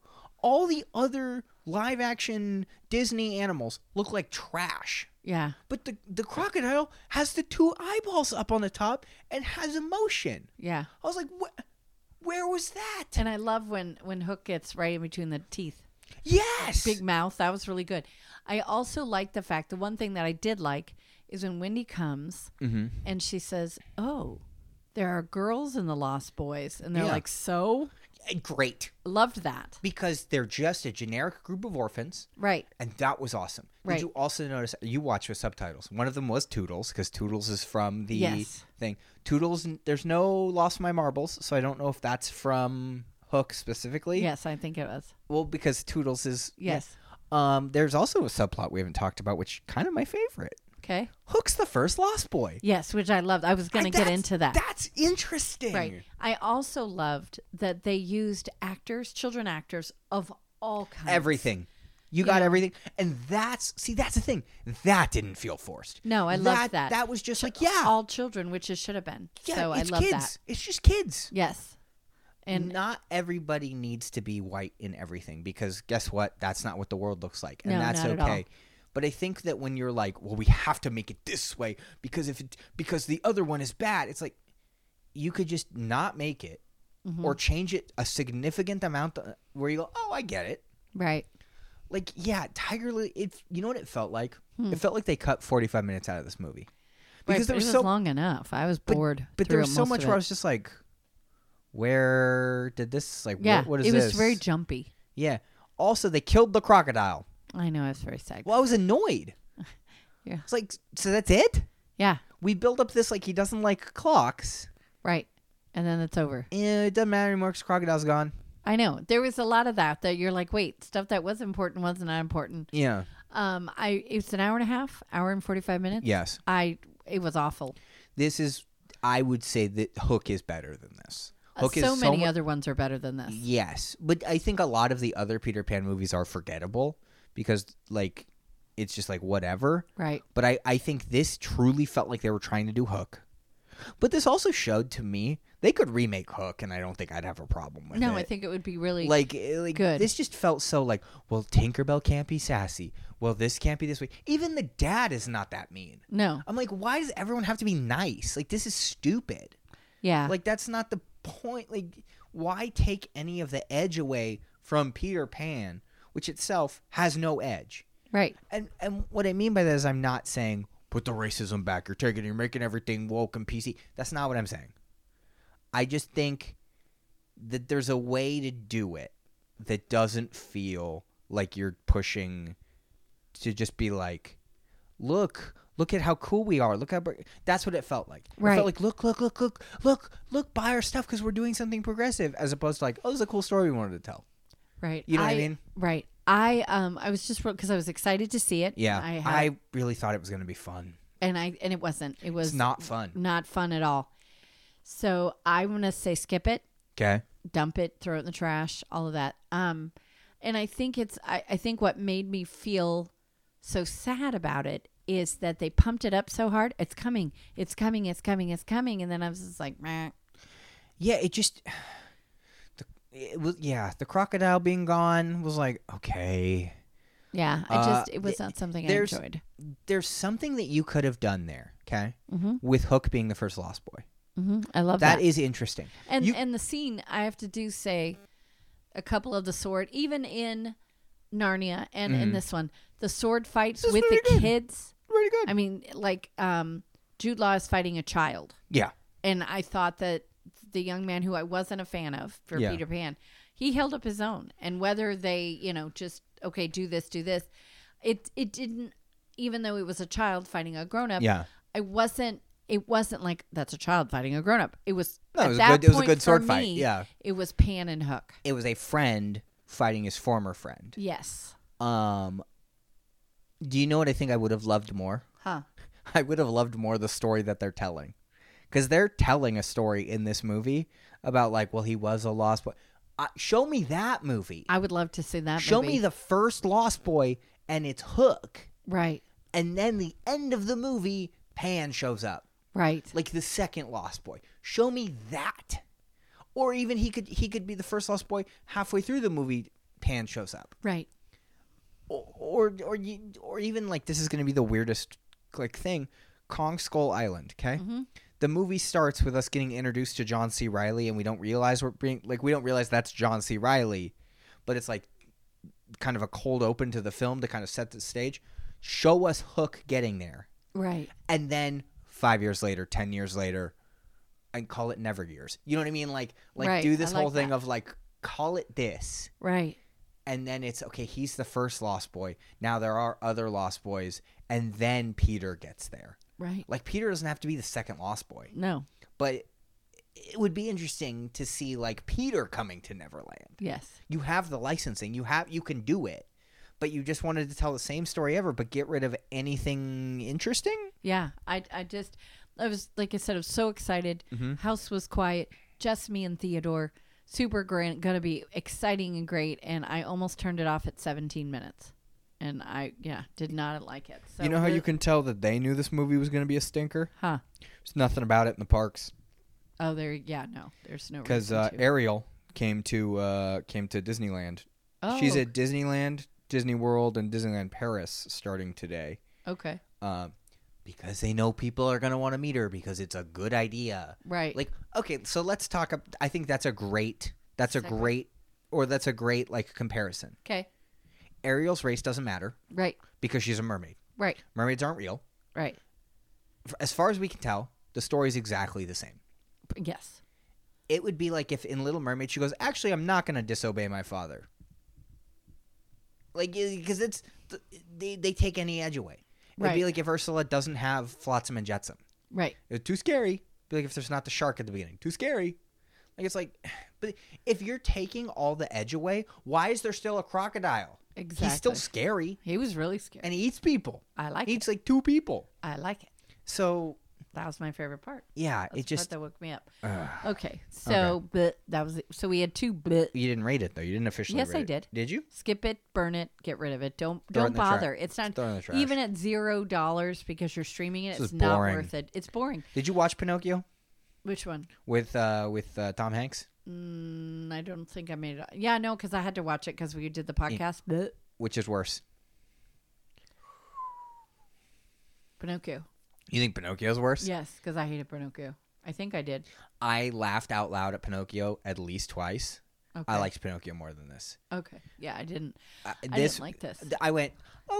S1: All the other live action Disney animals look like trash.
S2: Yeah.
S1: But the, the crocodile has the two eyeballs up on the top and has emotion.
S2: Yeah.
S1: I was like, "Wh- where was that?
S2: And I love when when Hook gets right in between the teeth.
S1: Yes.
S2: Big mouth. That was really good. I also like the fact the one thing that I did like is when Wendy comes and she says, "Oh, there are girls in the Lost Boys," and they're
S1: Yeah.
S2: like, "So."
S1: Uh, Great.
S2: Loved that.
S1: Because they're just a generic group of orphans.
S2: Right.
S1: And that was awesome.
S2: Right.
S1: Did you also notice you watched with subtitles? One of them was Toodles because Toodles is from the
S2: Yes.
S1: thing. Toodles, there's no Lost My Marbles, so I don't know if that's from Hook specifically.
S2: Yes, I think it was.
S1: Well, because Toodles is
S2: Yes.
S1: Um, there's also a subplot we haven't talked about, which kind of my favorite.
S2: Okay.
S1: Hook's the first Lost Boy.
S2: Yes, which I loved. I was going to
S1: And
S2: get
S1: that's-
S2: into that.
S1: That's interesting.
S2: Right. I also loved that they used actors, children actors of all kinds.
S1: Everything. You got everything. And that's see, that's the thing. That didn't feel forced.
S2: No, I loved that.
S1: That was just like, yeah.
S2: all children, which it should have been.
S1: Yeah,
S2: so I
S1: it's
S2: love
S1: kids.
S2: that.
S1: It's just kids.
S2: Yes. And
S1: not everybody needs to be white in everything because guess what? That's not what the world looks like, and
S2: No,
S1: that's
S2: not at
S1: okay.
S2: all.
S1: But I think that when you're like, well, we have to make it this way because if it because the other one is bad, it's like you could just not make it
S2: Mm-hmm.
S1: or change it a significant amount uh, where you go, oh, I get it.
S2: right.
S1: Like, yeah, Tiger Lily. It you know what it felt like? It felt like they cut 45 minutes out of this movie because
S2: Because
S1: there
S2: Hmm.
S1: was
S2: it was
S1: so
S2: long enough. I was
S1: but-
S2: bored.
S1: But there
S2: through
S1: was so
S2: most
S1: much
S2: of
S1: where I
S2: it.
S1: was just like, where did this like?
S2: Yeah.
S1: what, what is
S2: it was
S1: this?
S2: very jumpy.
S1: yeah. Also, they killed the crocodile.
S2: I know. I was very sad.
S1: Well, I was annoyed.
S2: [LAUGHS] Yeah.
S1: It's like so that's it.
S2: Yeah.
S1: We build up this like he doesn't like clocks.
S2: Right. And then it's over.
S1: Eh, it doesn't matter anymore 'cause crocodile's gone.
S2: I know. There was a lot of that that you're like, wait, stuff that was important was not important.
S1: Yeah.
S2: Um, I it's an hour and a half, hour and forty five minutes.
S1: Yes.
S2: I it was awful.
S1: This is, I would say that Hook is better than this.
S2: Uh,
S1: Hook
S2: so
S1: is
S2: many
S1: mu-
S2: other ones are better than this.
S1: Yes, but I think a lot of the other Peter Pan movies are forgettable because like it's just like whatever.
S2: Right.
S1: But I I think this truly felt like they were trying to do Hook. But this also showed to me they could remake Hook and I don't think I'd have a problem with it.
S2: No, I think it would be really
S1: like eh, like
S2: good.
S1: this just felt so like well Tinkerbell can't be sassy. Well, this can't be this way. Even the dad is not that mean.
S2: no.
S1: I'm like why does everyone have to be nice? Like this is stupid.
S2: Yeah.
S1: Like that's not the point. Like why take any of the edge away from Peter Pan, which itself has no edge.
S2: right.
S1: And and what I mean by that is I'm not saying put the racism back. You're taking you're making everything woke and PC. That's not what I'm saying. I just think that there's a way to do it that doesn't feel like you're pushing to just be like, look, look at how cool we are. Look how br-. that's what it felt like. It
S2: Right.
S1: felt like look, look, look, look, look, look, buy our stuff because we're doing something progressive, as opposed to like, oh, this is a cool story we wanted to tell.
S2: Right.
S1: You know what I mean?
S2: Right. I um I was just because I was excited to see it.
S1: Yeah,
S2: I,
S1: I,
S2: had,
S1: really thought it was gonna be fun.
S2: and I and it wasn't. It was
S1: It's not fun.
S2: not fun at all. So I'm gonna say skip it,
S1: Okay.
S2: dump it, throw it in the trash, all of that. Um, and I think it's I, I think what made me feel so sad about it is that they pumped it up so hard. It's coming, it's coming, it's coming, it's coming, and then I was just like, meh.
S1: Yeah, it just [SIGHS] the, it was yeah, the crocodile being gone was like, okay.
S2: yeah. I
S1: Uh,
S2: just it was
S1: th-
S2: not something I
S1: there's-
S2: enjoyed.
S1: There's something that you could have done there, okay?
S2: Mhm.
S1: With Hook being the first lost boy.
S2: hmm I love that.
S1: That is interesting.
S2: And
S1: You-
S2: and the scene, I have to do say, a couple of the sword, even in Narnia and in
S1: Mhm.
S2: this one, the sword fights
S1: This
S2: with the
S1: really good.
S2: kids.
S1: Pretty good.
S2: I mean, like um, Jude Law is fighting a child,
S1: yeah.
S2: and I thought that the young man who I wasn't a fan of for
S1: Yeah.
S2: Peter Pan, he held up his own, and whether they, you know, just okay, do this, do this, it it didn't. Even though it was a child fighting a grown up,
S1: Yeah.
S2: I wasn't. It wasn't like that's a child fighting a grown up. It was.
S1: No, it
S2: at
S1: was a
S2: that
S1: good- it was a
S2: point
S1: good
S2: for
S1: sword fight,
S2: me,
S1: yeah.
S2: it was Pan and Hook.
S1: It was a friend fighting his former friend.
S2: Yes.
S1: Um do you know what I think I would have loved more?
S2: Huh.
S1: [LAUGHS] I would have loved more the story that they're telling. Because they're telling a story in this movie about, like, well, he was a lost boy. Uh, show me that movie.
S2: I would love to see that.
S1: show
S2: movie.
S1: me the first Lost Boy and its hook.
S2: right,
S1: And then the end of the movie, Pan shows up.
S2: right,
S1: Like the second Lost Boy. Show me that. Or even he could he could be the first Lost Boy halfway through the movie, Pan shows up.
S2: right.
S1: Or or or, you, or even like this is gonna be the weirdest like thing. Kong Skull Island, okay?
S2: Mhm.
S1: the movie starts with us getting introduced to John C. Riley, and we don't realize we're being like we don't realize that's John C. Riley, but it's like kind of a cold open to the film to kind of set the stage. Show us Hook getting there,
S2: Right.
S1: and then five years later, ten years later, and call it Never Years. You know what I mean? Like like
S2: Right,
S1: do this
S2: I like
S1: whole thing
S2: that.
S1: of like call it this
S2: Right.
S1: and then it's okay he's the first lost boy now there are other lost boys and then peter gets there
S2: Right.
S1: like peter doesn't have to be the second lost boy
S2: No.
S1: but it would be interesting to see like Peter coming to Neverland.
S2: Yes.
S1: You have the licensing, you have you can do it, but you just wanted to tell the same story ever, but get rid of anything interesting.
S2: Yeah. I. I just. I was like I said. I was so excited.
S1: Mm-hmm.
S2: House was quiet. Just me and Theodore. Super grand. Gonna be exciting and great. And I almost turned it off at 17 minutes. And I yeah did not like it. So the-
S1: can tell that they knew this movie was going to be a stinker?
S2: Huh.
S1: There's nothing about it in the parks
S2: Oh, there. Yeah, no. There's no
S1: because
S2: reason
S1: uh,
S2: to.
S1: Ariel came to uh, came to Disneyland.
S2: oh,
S1: She's at Disneyland, Disney World, and Disneyland Paris starting today.
S2: okay,
S1: Uh, because they know people are going to want to meet her because it's a good idea.
S2: right,
S1: like okay so let's talk ab- i think that's a great that's a
S2: Second.
S1: great or that's a great like comparison
S2: okay,
S1: ariel's race doesn't matter
S2: right,
S1: because she's a mermaid
S2: right,
S1: mermaids aren't real
S2: right,
S1: F- as far as we can tell the story's exactly the same
S2: P- yes,
S1: it would be like if in little mermaid she goes actually i'm not going to disobey my father like because it's th- they, they take any edge away it'd be
S2: Right.
S1: like if ursula doesn't have flotsam and jetsam
S2: right,
S1: It's too scary. Be like if there's not the shark at the beginning. Too scary. Like it's like, [SIGHS] but if you're taking all the edge away, why is there still a crocodile?
S2: exactly.
S1: He's still scary
S2: he was really scared.
S1: and he eats people.
S2: I like
S1: He
S2: it.
S1: eats like two people.
S2: I like it.
S1: So
S2: That was my favorite part.
S1: yeah,
S2: That's
S1: it just
S2: the part that woke me up.
S1: Ugh.
S2: Okay, so but that was it. so we had two but
S1: you didn't rate it though. You didn't officially.
S2: Yes,
S1: rate
S2: I
S1: it.
S2: did.
S1: Did you?
S2: skip it, burn it, get rid of it. Don't
S1: Throw it in
S2: don't
S1: the trash.
S2: bother. It's not
S1: Throw it in the trash.
S2: even at zero dollars because you're streaming it.
S1: This
S2: It's
S1: is
S2: not
S1: boring.
S2: worth it. It's boring.
S1: Did you watch Pinocchio
S2: Which one?
S1: with uh with uh, Tom Hanks?
S2: Mm, I don't think I made it. Yeah, no, because I had to watch it because we did the podcast. Bleh.
S1: Which is worse?
S2: Pinocchio.
S1: You think Pinocchio's worse?
S2: Yes, because I hated Pinocchio. I think I did.
S1: I laughed out loud at Pinocchio at least twice.
S2: Okay.
S1: I liked Pinocchio more than this.
S2: Okay. Yeah, I didn't.
S1: Uh, this
S2: I didn't like this.
S1: th- I went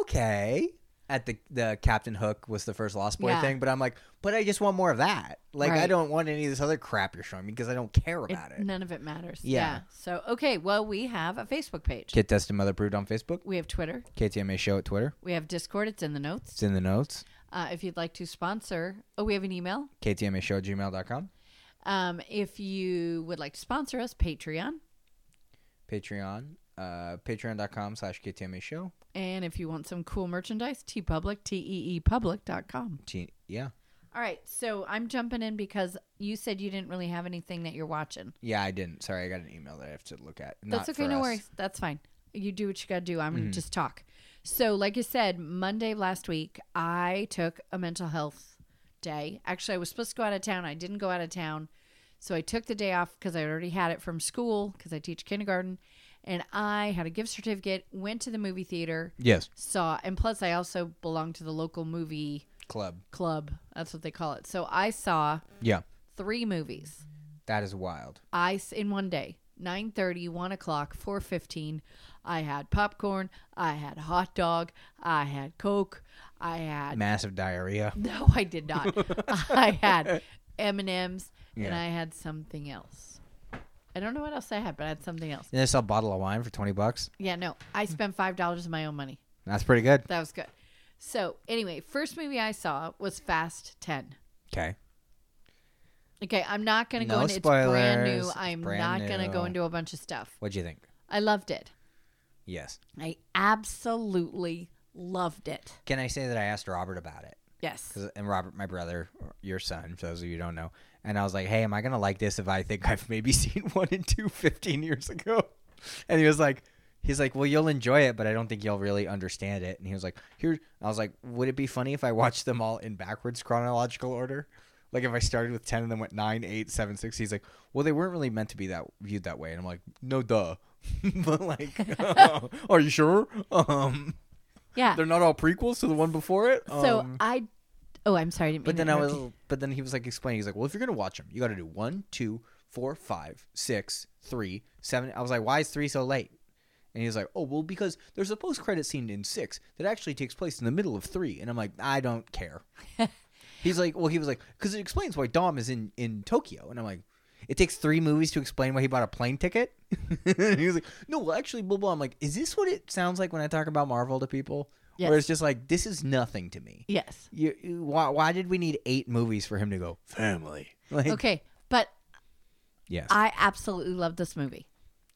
S1: okay at the the Captain Hook was the first Lost Boy
S2: Yeah.
S1: thing, but I'm like, but I just want more of that. Like I
S2: Right.
S1: don't want any of this other crap you're showing me because I don't care
S2: It-
S1: about it.
S2: None of it matters.
S1: Yeah.
S2: So okay, well we have a Facebook page.
S1: Kid Tested Mother Brood on Facebook,
S2: We have Twitter.
S1: KTMA Show at Twitter.
S2: We have Discord. It's in the notes.
S1: It's in the notes.
S2: Uh, if you'd like to sponsor, oh, we have an email.
S1: KTMA Show at gmail.com.
S2: Um, if you would like to sponsor us, Patreon.
S1: Patreon. Uh, patreon.com slash KTMA Show.
S2: And if you want some cool merchandise, tpublic, T-E-E public.com.
S1: T- yeah.
S2: All right, so I'm jumping in because you said you didn't really have anything that you're watching.
S1: Yeah, I didn't. Sorry, I got an email that I have to look at. Not
S2: That's okay,
S1: for
S2: no
S1: us. Mm.
S2: worries. That's fine. You do what you got to do. I'm going to just talk. So, like I said, Monday of last week, I took a mental health day. Actually, I was supposed to go out of town. I didn't go out of town. So, I took the day off because I already had it from school because I teach kindergarten. And I had a gift certificate, went to the movie theater,
S1: Yes.
S2: saw, and plus, I also belong to the local movie
S1: Club.
S2: club. That's what they call it. So, I saw
S1: Yeah.
S2: three movies.
S1: That is wild.
S2: I s- in one day 9:30, 1 o'clock, 4:15. I had popcorn. I had hot dog. I had Coke. I had
S1: Massive diarrhea.
S2: [LAUGHS] no, I did
S1: [LAUGHS]
S2: not. I had M and M's and
S1: Yeah.
S2: I had something else. I don't know what else I had, but I had something else.
S1: And I saw a bottle of wine for 20 bucks.
S2: Yeah, no, I spent five dollars of my own money.
S1: That's pretty good.
S2: That was good. So anyway, first movie I saw was Fast Ten.
S1: Okay.
S2: Okay, I'm not gonna go
S1: No
S2: into it's brand
S1: spoilers.
S2: new.
S1: It's
S2: I'm
S1: brand
S2: not gonna go
S1: new.
S2: into a bunch of stuff.
S1: What'd you think?
S2: I loved it.
S1: Yes.
S2: I absolutely loved it.
S1: Can I say that I asked Robert about it?
S2: Yes.
S1: 'Cause- and Robert, my brother, your son, for those of you who don't know. And I was like, hey, am I going to like this if I think [LAUGHS] I've maybe seen one and two 15 years ago? [LAUGHS] And he was like, he's like, well, you'll enjoy it, but I don't think you'll really understand it. And he was like, here, I was like, would it be funny if I watched them all in backwards chronological order? Like if I started with 10 and then went 9, 8, 7, 6. He's like, well, they weren't really meant to be that viewed that way. And I'm like, no, duh. [LAUGHS] but like, [LAUGHS] "Oh, are you sure? [LAUGHS] Um,
S2: Yeah.
S1: they're not all prequels to the one before it.
S2: so
S1: Um,
S2: I. Oh, I'm sorry. I didn't
S1: but then
S2: mean to
S1: I
S2: interrupt
S1: was,
S2: you.
S1: but then he was like explaining. He's like, "Well, if you're gonna watch them, you got to do one, two, four, five, six, three, seven. I was like, "Why is three so late?" And he was like, "Oh, well, because there's a post-credit scene in six that actually takes place in the middle of three. And I'm like, "I don't
S2: [LAUGHS]
S1: care." He's like, "Well, he was like, because it explains why Dom is in in Tokyo." And I'm like, "It takes three movies to explain why he bought a plane ticket." [LAUGHS] and he was like, "No, well, actually, blah blah." I'm like, "Is this what it sounds like when I talk about Marvel to people?" Where
S2: Yes.
S1: it's just like, "This is nothing to me."
S2: Yes.
S1: you, you- why, why did we need eight movies for him to go [LAUGHS] family like
S2: Okay, but
S1: yes
S2: I absolutely loved this movie.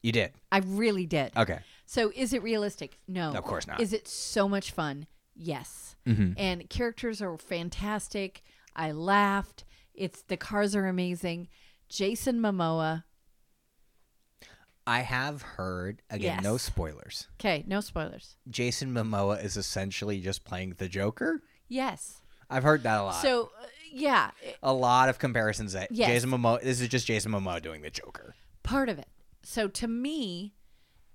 S1: you did
S2: I really did.
S1: okay
S2: So is it realistic? No.
S1: Uh, Of course not. Mm-hmm.
S2: Is it so much fun? Yes. And characters are fantastic. I laughed. It's the cars are amazing. Jason Momoa.
S1: i have heard again
S2: Yes.
S1: no spoilers
S2: Okay, no spoilers.
S1: jason momoa is essentially just playing the joker
S2: Yes.
S1: i've heard that a lot
S2: So uh, yeah,
S1: a lot of comparisons that
S2: Yes.
S1: jason momoa this is just jason momoa doing the joker
S2: part of it. So to me,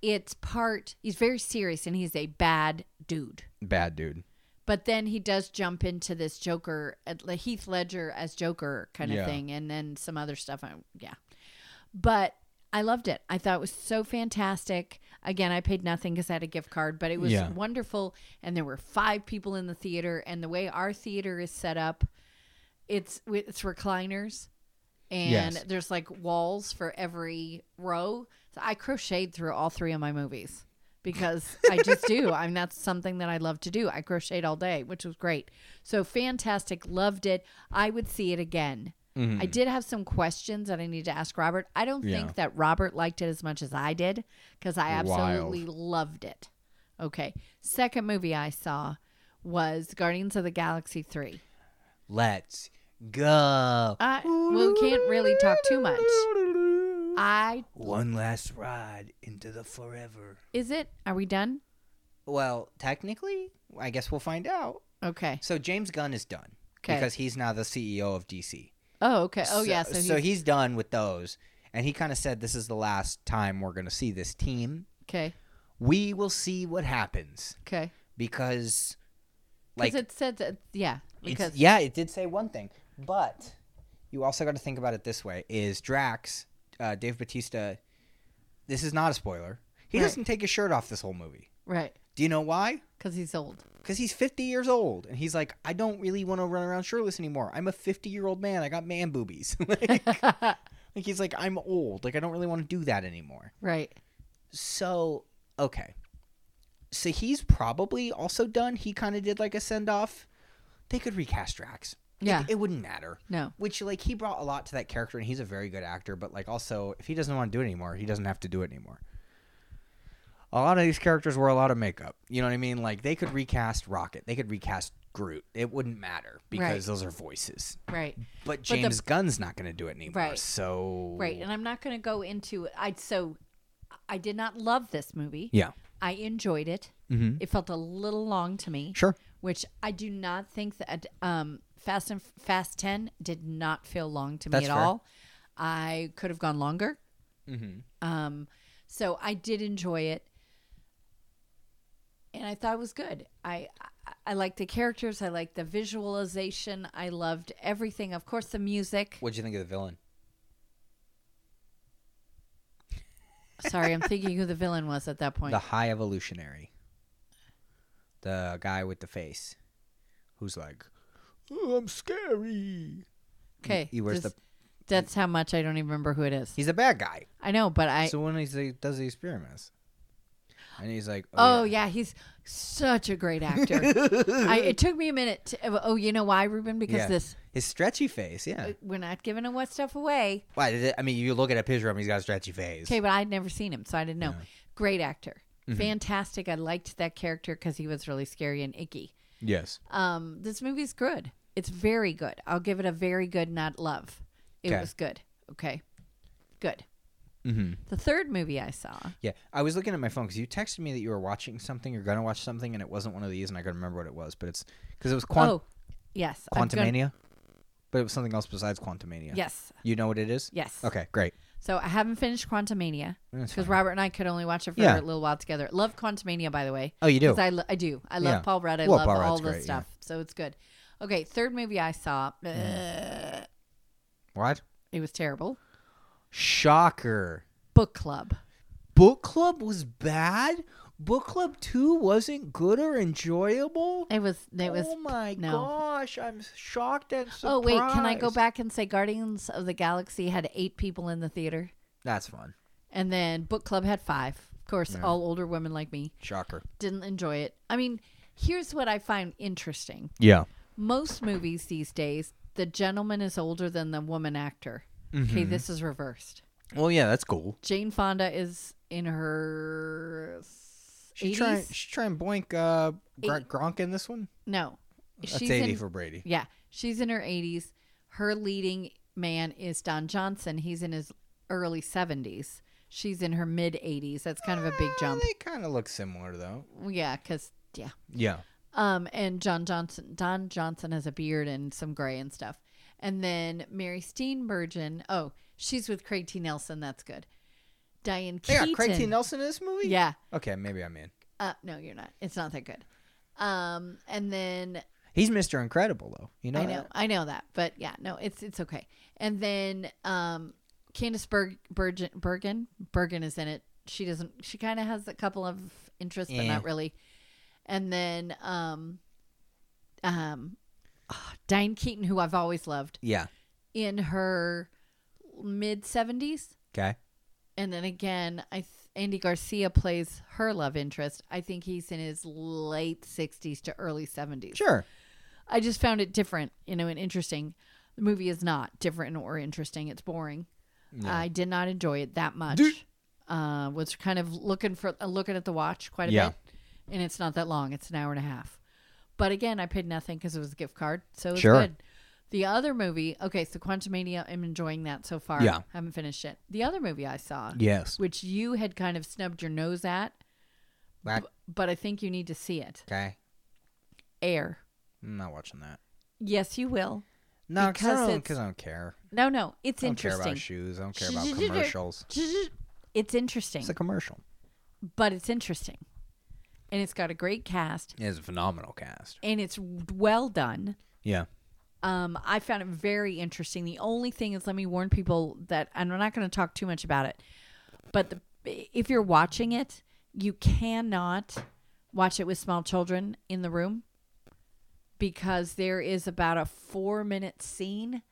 S2: it's part he's very serious and he's a bad dude.
S1: bad dude
S2: But then he does jump into this Joker, uh, Heath Ledger as Joker kind of
S1: Yeah.
S2: thing, and then some other stuff. I, yeah. But I loved it. I thought it was so fantastic. Again, I paid nothing because I had a gift card, but it was
S1: Yeah.
S2: wonderful. And there were five people in the theater, and the way our theater is set up, it's it's recliners, and
S1: Yes.
S2: there's like walls for every row. So I crocheted through all three of my movies because I just
S1: [LAUGHS]
S2: do. I mean, that's something that I love to do. I crocheted all day, which was great. So fantastic. Loved it. I would see it again. I did have some questions that I need to ask Robert. I don't
S1: Hmm. Yeah.
S2: think that Robert liked it as much as I did because I absolutely loved it. Okay. Second movie I saw was Guardians of the Galaxy 3.
S1: Let's go.
S2: I, well, we can't really talk too much. I
S1: One last ride into the forever.
S2: is it? Are we done?
S1: Well, technically, I guess we'll find out.
S2: Okay.
S1: So James Gunn is done
S2: Okay.
S1: because he's now the CEO of DC.
S2: Oh, okay. Oh, yeah. So, he's,
S1: he's done with those, and he kind of said this is the last time we're going to see this team.
S2: okay.
S1: We will see what happens
S2: Okay.
S1: because, like,
S2: Because it said that. Yeah.
S1: It's-
S2: Because
S1: yeah, it did say one thing, but you also got to think about it this way: is Drax, uh, Dave Batista? This is not a spoiler. He
S2: Right.
S1: doesn't take his shirt off this whole movie.
S2: right.
S1: Do you know why?
S2: Because he's old.
S1: Because he's 50 years old, and he's like, I don't really want to run around shirtless anymore. I'm a 50 year old man. I got man boobies. [LAUGHS] like, like he's like, I'm old. Like I don't really want to do that anymore.
S2: right.
S1: So okay, so he's probably also done. He kind of did like a send off. They could recast Drax. Like,
S2: Yeah.
S1: it wouldn't matter.
S2: No.
S1: Which like he brought a lot to that character, and he's a very good actor. But like also, if he doesn't want to do it anymore, he doesn't have to do it anymore. A lot of these characters wear a lot of makeup. You know what I mean? Like they could recast Rocket, they could recast Groot. It wouldn't matter because those are voices.
S2: Right.
S1: But
S2: the-
S1: James Gunn's not going to do it anymore.
S2: Right.
S1: So
S2: Right. And I'm not going to go into I so I did not love this movie.
S1: yeah,
S2: I enjoyed it.
S1: Mhm.
S2: It felt a little long to me.
S1: sure.
S2: Which I do not think that um, Fast and Fast Ten did not feel long to me
S1: That's
S2: at
S1: fair.
S2: all. I could have gone longer.
S1: Mm-hmm.
S2: Um, so I did enjoy it, and I thought it was good. I I, I liked the characters. I liked the visualization. I loved everything. Of course, the music.
S1: What'd you think of the villain? [LAUGHS]
S2: Sorry, I'm thinking who the villain was at that point.
S1: The High Evolutionary, the guy with the face, who's like, "Oh, I'm scary.
S2: okay,
S1: he wears
S2: just-
S1: the-
S2: That's how much I don't even remember who it is.
S1: He's a bad guy.
S2: I know, but I.
S1: so when he does the experiments, and he's like,
S2: oh yeah. he's such a great
S1: [LAUGHS]
S2: actor. I, it took me a minute. To, oh, you know why, Ruben? Because
S1: Yeah.
S2: this uh,
S1: his stretchy face, yeah.
S2: we're not giving away stuff away.
S1: Why? did it- I mean, you look at a picture of him; he's got a stretchy face.
S2: Okay, but I'd never seen him, so I didn't know. Great actor.
S1: Mm-hmm.
S2: Fantastic. I liked that character because he was really scary and icky.
S1: Yes.
S2: Um, this movie's good. It's very good. I'll give it a very good, not love. It
S1: Okay.
S2: was good. Okay. Good.
S1: Mm-hmm.
S2: The third movie I saw.
S1: Yeah, I was looking at my phone because you texted me that you were watching something, you're gonna watch something, and it wasn't one of these, and I couldn't remember what it was, but it's because it was Quant-
S2: oh, yes. I'm gonna-
S1: Quantumania, but it was something else besides Quantumania.
S2: Yes.
S1: You know what it is?
S2: Yes.
S1: Okay, great.
S2: So I haven't finished Quantumania
S1: That's
S2: because
S1: fine.
S2: Robert and I could only watch it for
S1: Yeah.
S2: a little while together. Love Quantumania, by the way.
S1: Oh, you do?
S2: 'Cause I, lo- I do. I love
S1: Yeah.
S2: Paul Rudd. I
S1: Well,
S2: love
S1: Paul
S2: all
S1: Rudd's
S2: this
S1: great, yeah.
S2: stuff. So it's good. Okay. Third movie I saw. uh,
S1: Mm. what?
S2: It was terrible.
S1: Shocker.
S2: Book club.
S1: Book club was bad. Book club two wasn't good or enjoyable.
S2: It was. It was.
S1: oh my
S2: no.
S1: gosh, I'm shocked and surprised.
S2: Oh wait, can I go back and say Guardians of the Galaxy had eight people in the theater,
S1: That's fun.
S2: and then Book Club had five. Of course, all older women like me
S1: Shocker.
S2: didn't enjoy it. I mean, here's what I find interesting:
S1: Yeah.
S2: most movies these days, the gentleman is older than the woman actor.
S1: Mm-hmm.
S2: Okay, this is reversed.
S1: Well, yeah, that's cool.
S2: Jane Fonda is in her
S1: She trying,
S2: eighties.
S1: she trying boink uh, Gr-
S2: Eight-
S1: Gronk in this one.
S2: No,
S1: That's
S2: she's
S1: eighty
S2: in
S1: for Brady.
S2: Yeah, she's in her 80s. Her leading man is Don Johnson. He's in his early 70s. She's in her mid 80s. That's kind of a big
S1: Ah,
S2: jump.
S1: They kind of look similar though.
S2: Yeah, because yeah.
S1: Yeah.
S2: Um, and John Johnson, Don Johnson has a beard and some gray and stuff. And then Mary Steenburgen. Oh, she's with Craig T. Nelson. That's good. Diane
S1: They
S2: Keaton.
S1: got Craig T. Nelson in this movie.
S2: Yeah.
S1: Okay, maybe I'm in.
S2: Uh, no, you're not. It's not that good. Um, and then
S1: He's Mr. Incredible though. You know.
S2: I know,
S1: that?
S2: I know that, but yeah, no, it's it's okay. And then um, Candice Berg, Bergen, Bergen Bergen is in it. She doesn't. She kind of has a couple of interests, but
S1: Yeah.
S2: not really. And then um, um, ah, Diane Keaton, who I've always loved,
S1: Yeah.
S2: in her mid seventies.
S1: Okay.
S2: And then again, I th- Andy Garcia plays her love interest. I think he's in his late sixties to early seventies.
S1: Sure.
S2: I just found it different, you know, and interesting. The movie is not different or interesting. It's boring. I did not enjoy it that much.
S1: Dude.
S2: Uh, was kind of looking for uh, looking at the watch quite a
S1: Yeah.
S2: bit, and it's not that long. It's an hour and a half. But again, I paid nothing because it was a gift card, so it was
S1: Sure.
S2: good. The other movie, okay, so Quantum Mania, I'm enjoying that so far.
S1: Yeah.
S2: haven't finished it. The other movie I saw,
S1: Yes.
S2: which you had kind of snubbed your nose at,
S1: Back.
S2: but I think you need to see it.
S1: Okay.
S2: Air.
S1: I'm not watching that.
S2: Yes, you will.
S1: No, because
S2: Because
S1: I, don't-
S2: it's
S1: 'cause I don't care.
S2: No, no, it's
S1: I don't care
S2: interesting.
S1: about shoes. I don't care about commercials.
S2: [LAUGHS] It's interesting,
S1: It's a commercial.
S2: but it's interesting, and it's got a great cast,
S1: It's a phenomenal cast.
S2: and it's well done.
S1: Yeah.
S2: Um, I found it very interesting. The only thing is, let me warn people that, and I'm not going to talk too much about it, but the, if you're watching it, you cannot watch it with small children in the room because there is about a four minute scene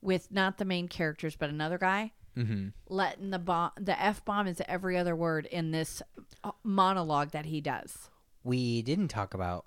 S2: with not the main characters, but another guy
S1: Mm-hmm.
S2: letting the bomb, the F bomb is every other word in this uh, monologue that he does.
S1: We didn't talk about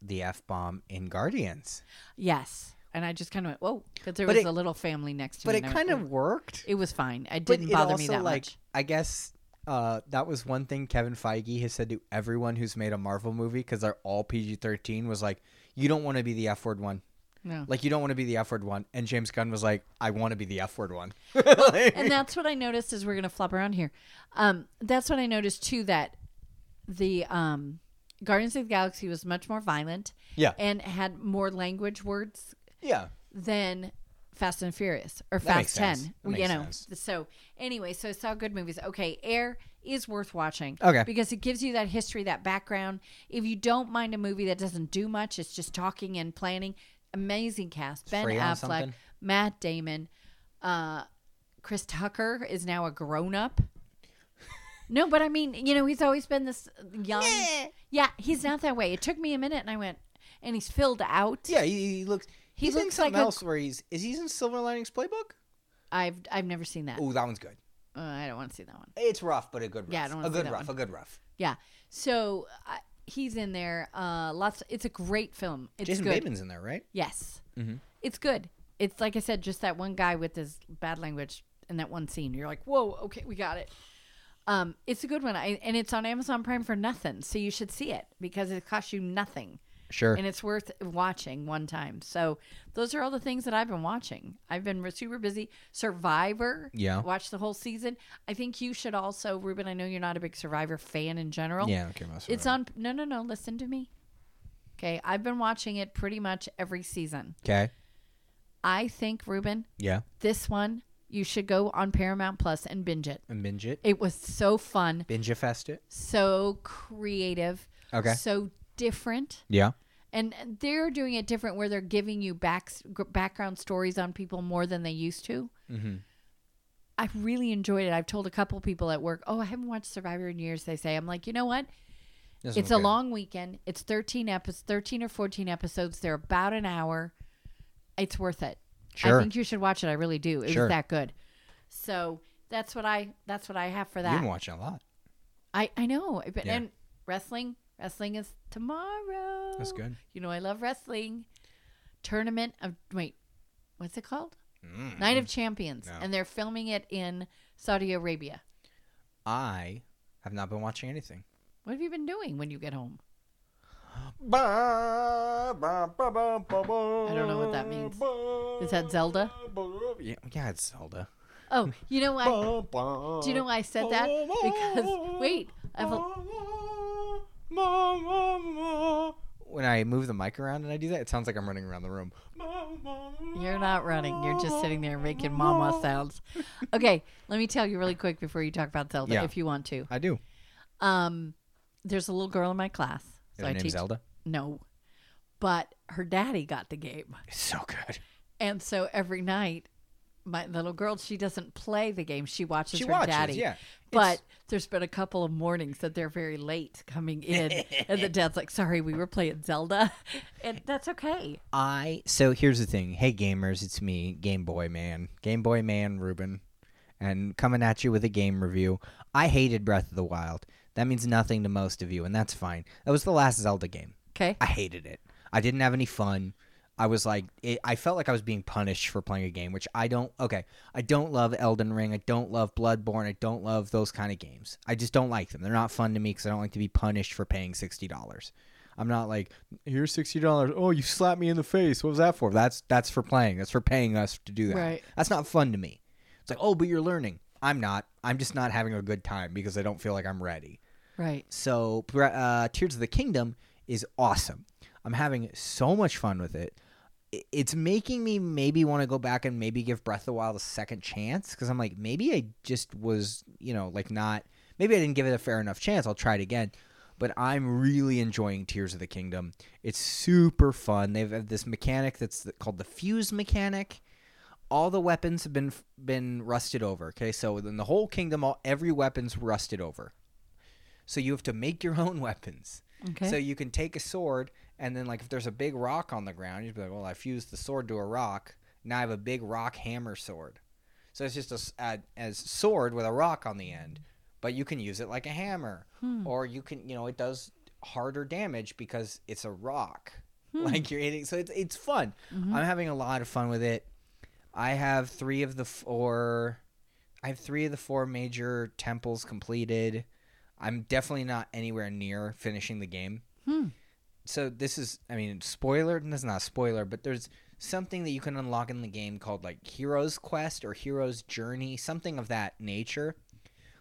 S1: the f bomb in Guardians,
S2: Yes. And I just kind of went, whoa, because there
S1: But
S2: was
S1: it-
S2: a little family next to
S1: but
S2: me.
S1: it
S2: and I went,
S1: kind of worked.
S2: It was fine. It
S1: But
S2: didn't
S1: it
S2: bother me
S1: also,
S2: that
S1: like,
S2: much.
S1: I guess uh, that was one thing Kevin Feige has said to everyone who's made a Marvel movie because they're all PG-13 was like, you don't want to be the F word one.
S2: No.
S1: Like you don't want to be the F word one. And James Gunn was like, I want to be the F word one. [LAUGHS]
S2: and that's what I noticed as we're gonna flop around here. Um, that's what I noticed too that the um, Guardians of the Galaxy was much more violent
S1: yeah.
S2: and had more language words
S1: Yeah.
S2: than Fast and Furious or
S1: That makes
S2: Fast Ten.
S1: sense. That
S2: you
S1: makes
S2: know.
S1: sense.
S2: So anyway, so I saw good movies. Okay, Air is worth watching.
S1: Okay.
S2: Because it gives you that history, that background. If you don't mind a movie that doesn't do much, it's just talking and planning. Amazing cast. Ben
S1: free on
S2: Affleck,
S1: something?
S2: Matt Damon, uh, Chris Tucker is now a grown up. No, but I mean, you know, he's always been this young. Yeah, he's not that way. It took me a minute, and I went, and he's filled out.
S1: Yeah. He, he looks.
S2: He
S1: He's in
S2: looks
S1: something
S2: like a-
S1: else where he's is he in Silver Linings Playbook?
S2: I've I've never seen that.
S1: Oh, that one's good.
S2: Uh, I don't want to see that one.
S1: It's rough, but a good rough.
S2: Yeah, I don't wanna
S1: a
S2: see
S1: good
S2: that
S1: rough.
S2: one.
S1: A good rough.
S2: Yeah. So uh, he's in there. Uh, lots. It's a great film. It's
S1: Jason
S2: good.
S1: Bateman's in there, right?
S2: Yes.
S1: Mhm.
S2: It's good. It's like I said, just that one guy with his bad language in that one scene. You're like, whoa, okay, we got it. Um, it's a good one, I, and it's on Amazon Prime for nothing. So you should see it because it costs you nothing,
S1: Sure.
S2: and it's worth watching one time. So those are all the things that I've been watching. I've been re- super busy. Survivor,
S1: Yeah.
S2: watched the whole season. I think you should also, Ruben. I know you're not a big Survivor fan in general.
S1: yeah, I don't care about
S2: It's on. No, no, no. Listen to me. Okay, I've been watching it pretty much every season.
S1: Okay.
S2: I think Ruben,
S1: Yeah.
S2: this one you should go on Paramount Plus and binge it.
S1: And binge it.
S2: It was so fun,
S1: Binge fest it.
S2: so creative,
S1: Okay.
S2: so different.
S1: Yeah.
S2: And they're doing it different, where they're giving you back background stories on people more than they used to.
S1: Mm-hmm.
S2: I really enjoyed it. I've told a couple people at work, "Oh, I haven't watched Survivor in years." They say, "I'm like, you know what? it's a long weekend. It's 13 episodes, 13 or 14 episodes. They're about an hour. It's worth it.
S1: Sure.
S2: I think you should watch it. I really do. It
S1: Sure.
S2: was that good. So that's what I that's what I have for
S1: You've
S2: that.
S1: been watching a lot.
S2: I I know. I've been
S1: Yeah.
S2: and wrestling. Wrestling is tomorrow.
S1: That's good.
S2: You know I love wrestling. Tournament of wait, what's it called?
S1: Mm.
S2: Night of Champions,
S1: No.
S2: and they're filming it in Saudi Arabia.
S1: I have not been watching anything.
S2: What have you been doing when you get home?
S3: Ba, ba, ba, ba, ba, ba,
S2: I don't know what that means.
S3: ba,
S2: Is that Zelda?
S3: ba,
S1: Yeah, yeah, it's Zelda.
S2: Oh, you know what?
S3: ba, ba.
S2: Do you know why I said that? Because wait, I've
S3: Ma, ma, ma,
S1: When I move the mic around and I do that, it sounds like I'm running around the room.
S3: ma, ma, ma.
S2: you're not running. You're just sitting there making mama sounds. Okay, let me tell you really quick before you talk about Zelda,
S1: Yeah.
S2: if you want to.
S1: I do.
S2: Um, there's a little girl in my class.
S1: Is her name Zelda?
S2: No, but her daddy got the game,
S1: It's so good.
S2: and so every night, my little girl she doesn't play the game. She watches
S1: She
S2: her
S1: watches.
S2: daddy.
S1: Yeah.
S2: But there's been a couple of mornings that they're very late coming in,
S1: [LAUGHS]
S2: and the dad's like, "Sorry, we were playing Zelda," [LAUGHS] and that's okay.
S1: I so here's the thing. Hey gamers, it's me, Game Boy Man. Game Boy Man Ruben. And coming at you with a game review. I hated Breath of the Wild. That means nothing to most of you, and that's fine. That was the last Zelda game.
S2: Okay.
S1: I hated it. I didn't have any fun. I was like, it, I felt like I was being punished for playing a game, which I don't. Okay, I don't love Elden Ring. I don't love Bloodborne. I don't love those kind of games. I just don't like them. They're not fun to me because I don't like to be punished for paying sixty dollars. I'm not like here's sixty dollars. Oh, you slapped me in the face. What was that for? That's that's for playing. That's for paying us to do that.
S2: Right.
S1: That's not fun to me. It's like oh, but you're learning. I'm not. I'm just not having a good time because I don't feel like I'm ready.
S2: Right.
S1: So, Bre- uh, Tears of the Kingdom is awesome. I'm having so much fun with it. I- It's making me maybe want to go back and maybe give Breath of the Wild a second chance because I'm like, maybe I just was, you know, like not, maybe I didn't give it a fair enough chance. I'll try it again. But I'm really enjoying Tears of the Kingdom. It's super fun. They've had this mechanic that's called the fuse mechanic all the weapons have been been rusted over. Okay, so in the whole kingdom, all every weapon's rusted over. So you have to make your own [LAUGHS] weapons.
S2: Okay.
S1: So you can take a sword, and then like if there's a big rock on the ground, you'd be like, well, I fused the sword to a rock. Now I have a big rock hammer sword. So it's just a, s- a- as sword with a rock on the end, but you can use it like a hammer, or you can you know it does harder damage because it's a rock. Like you're hitting, so it's it's fun. I'm having a lot of fun with it. I have three of the four. I have three of the four major temples completed. I'm definitely not anywhere near finishing the game.
S2: Hmm.
S1: So this is, I mean, spoiler. That's not a spoiler, but there's something that you can unlock in the game called like Hero's Quest or Hero's Journey, something of that nature,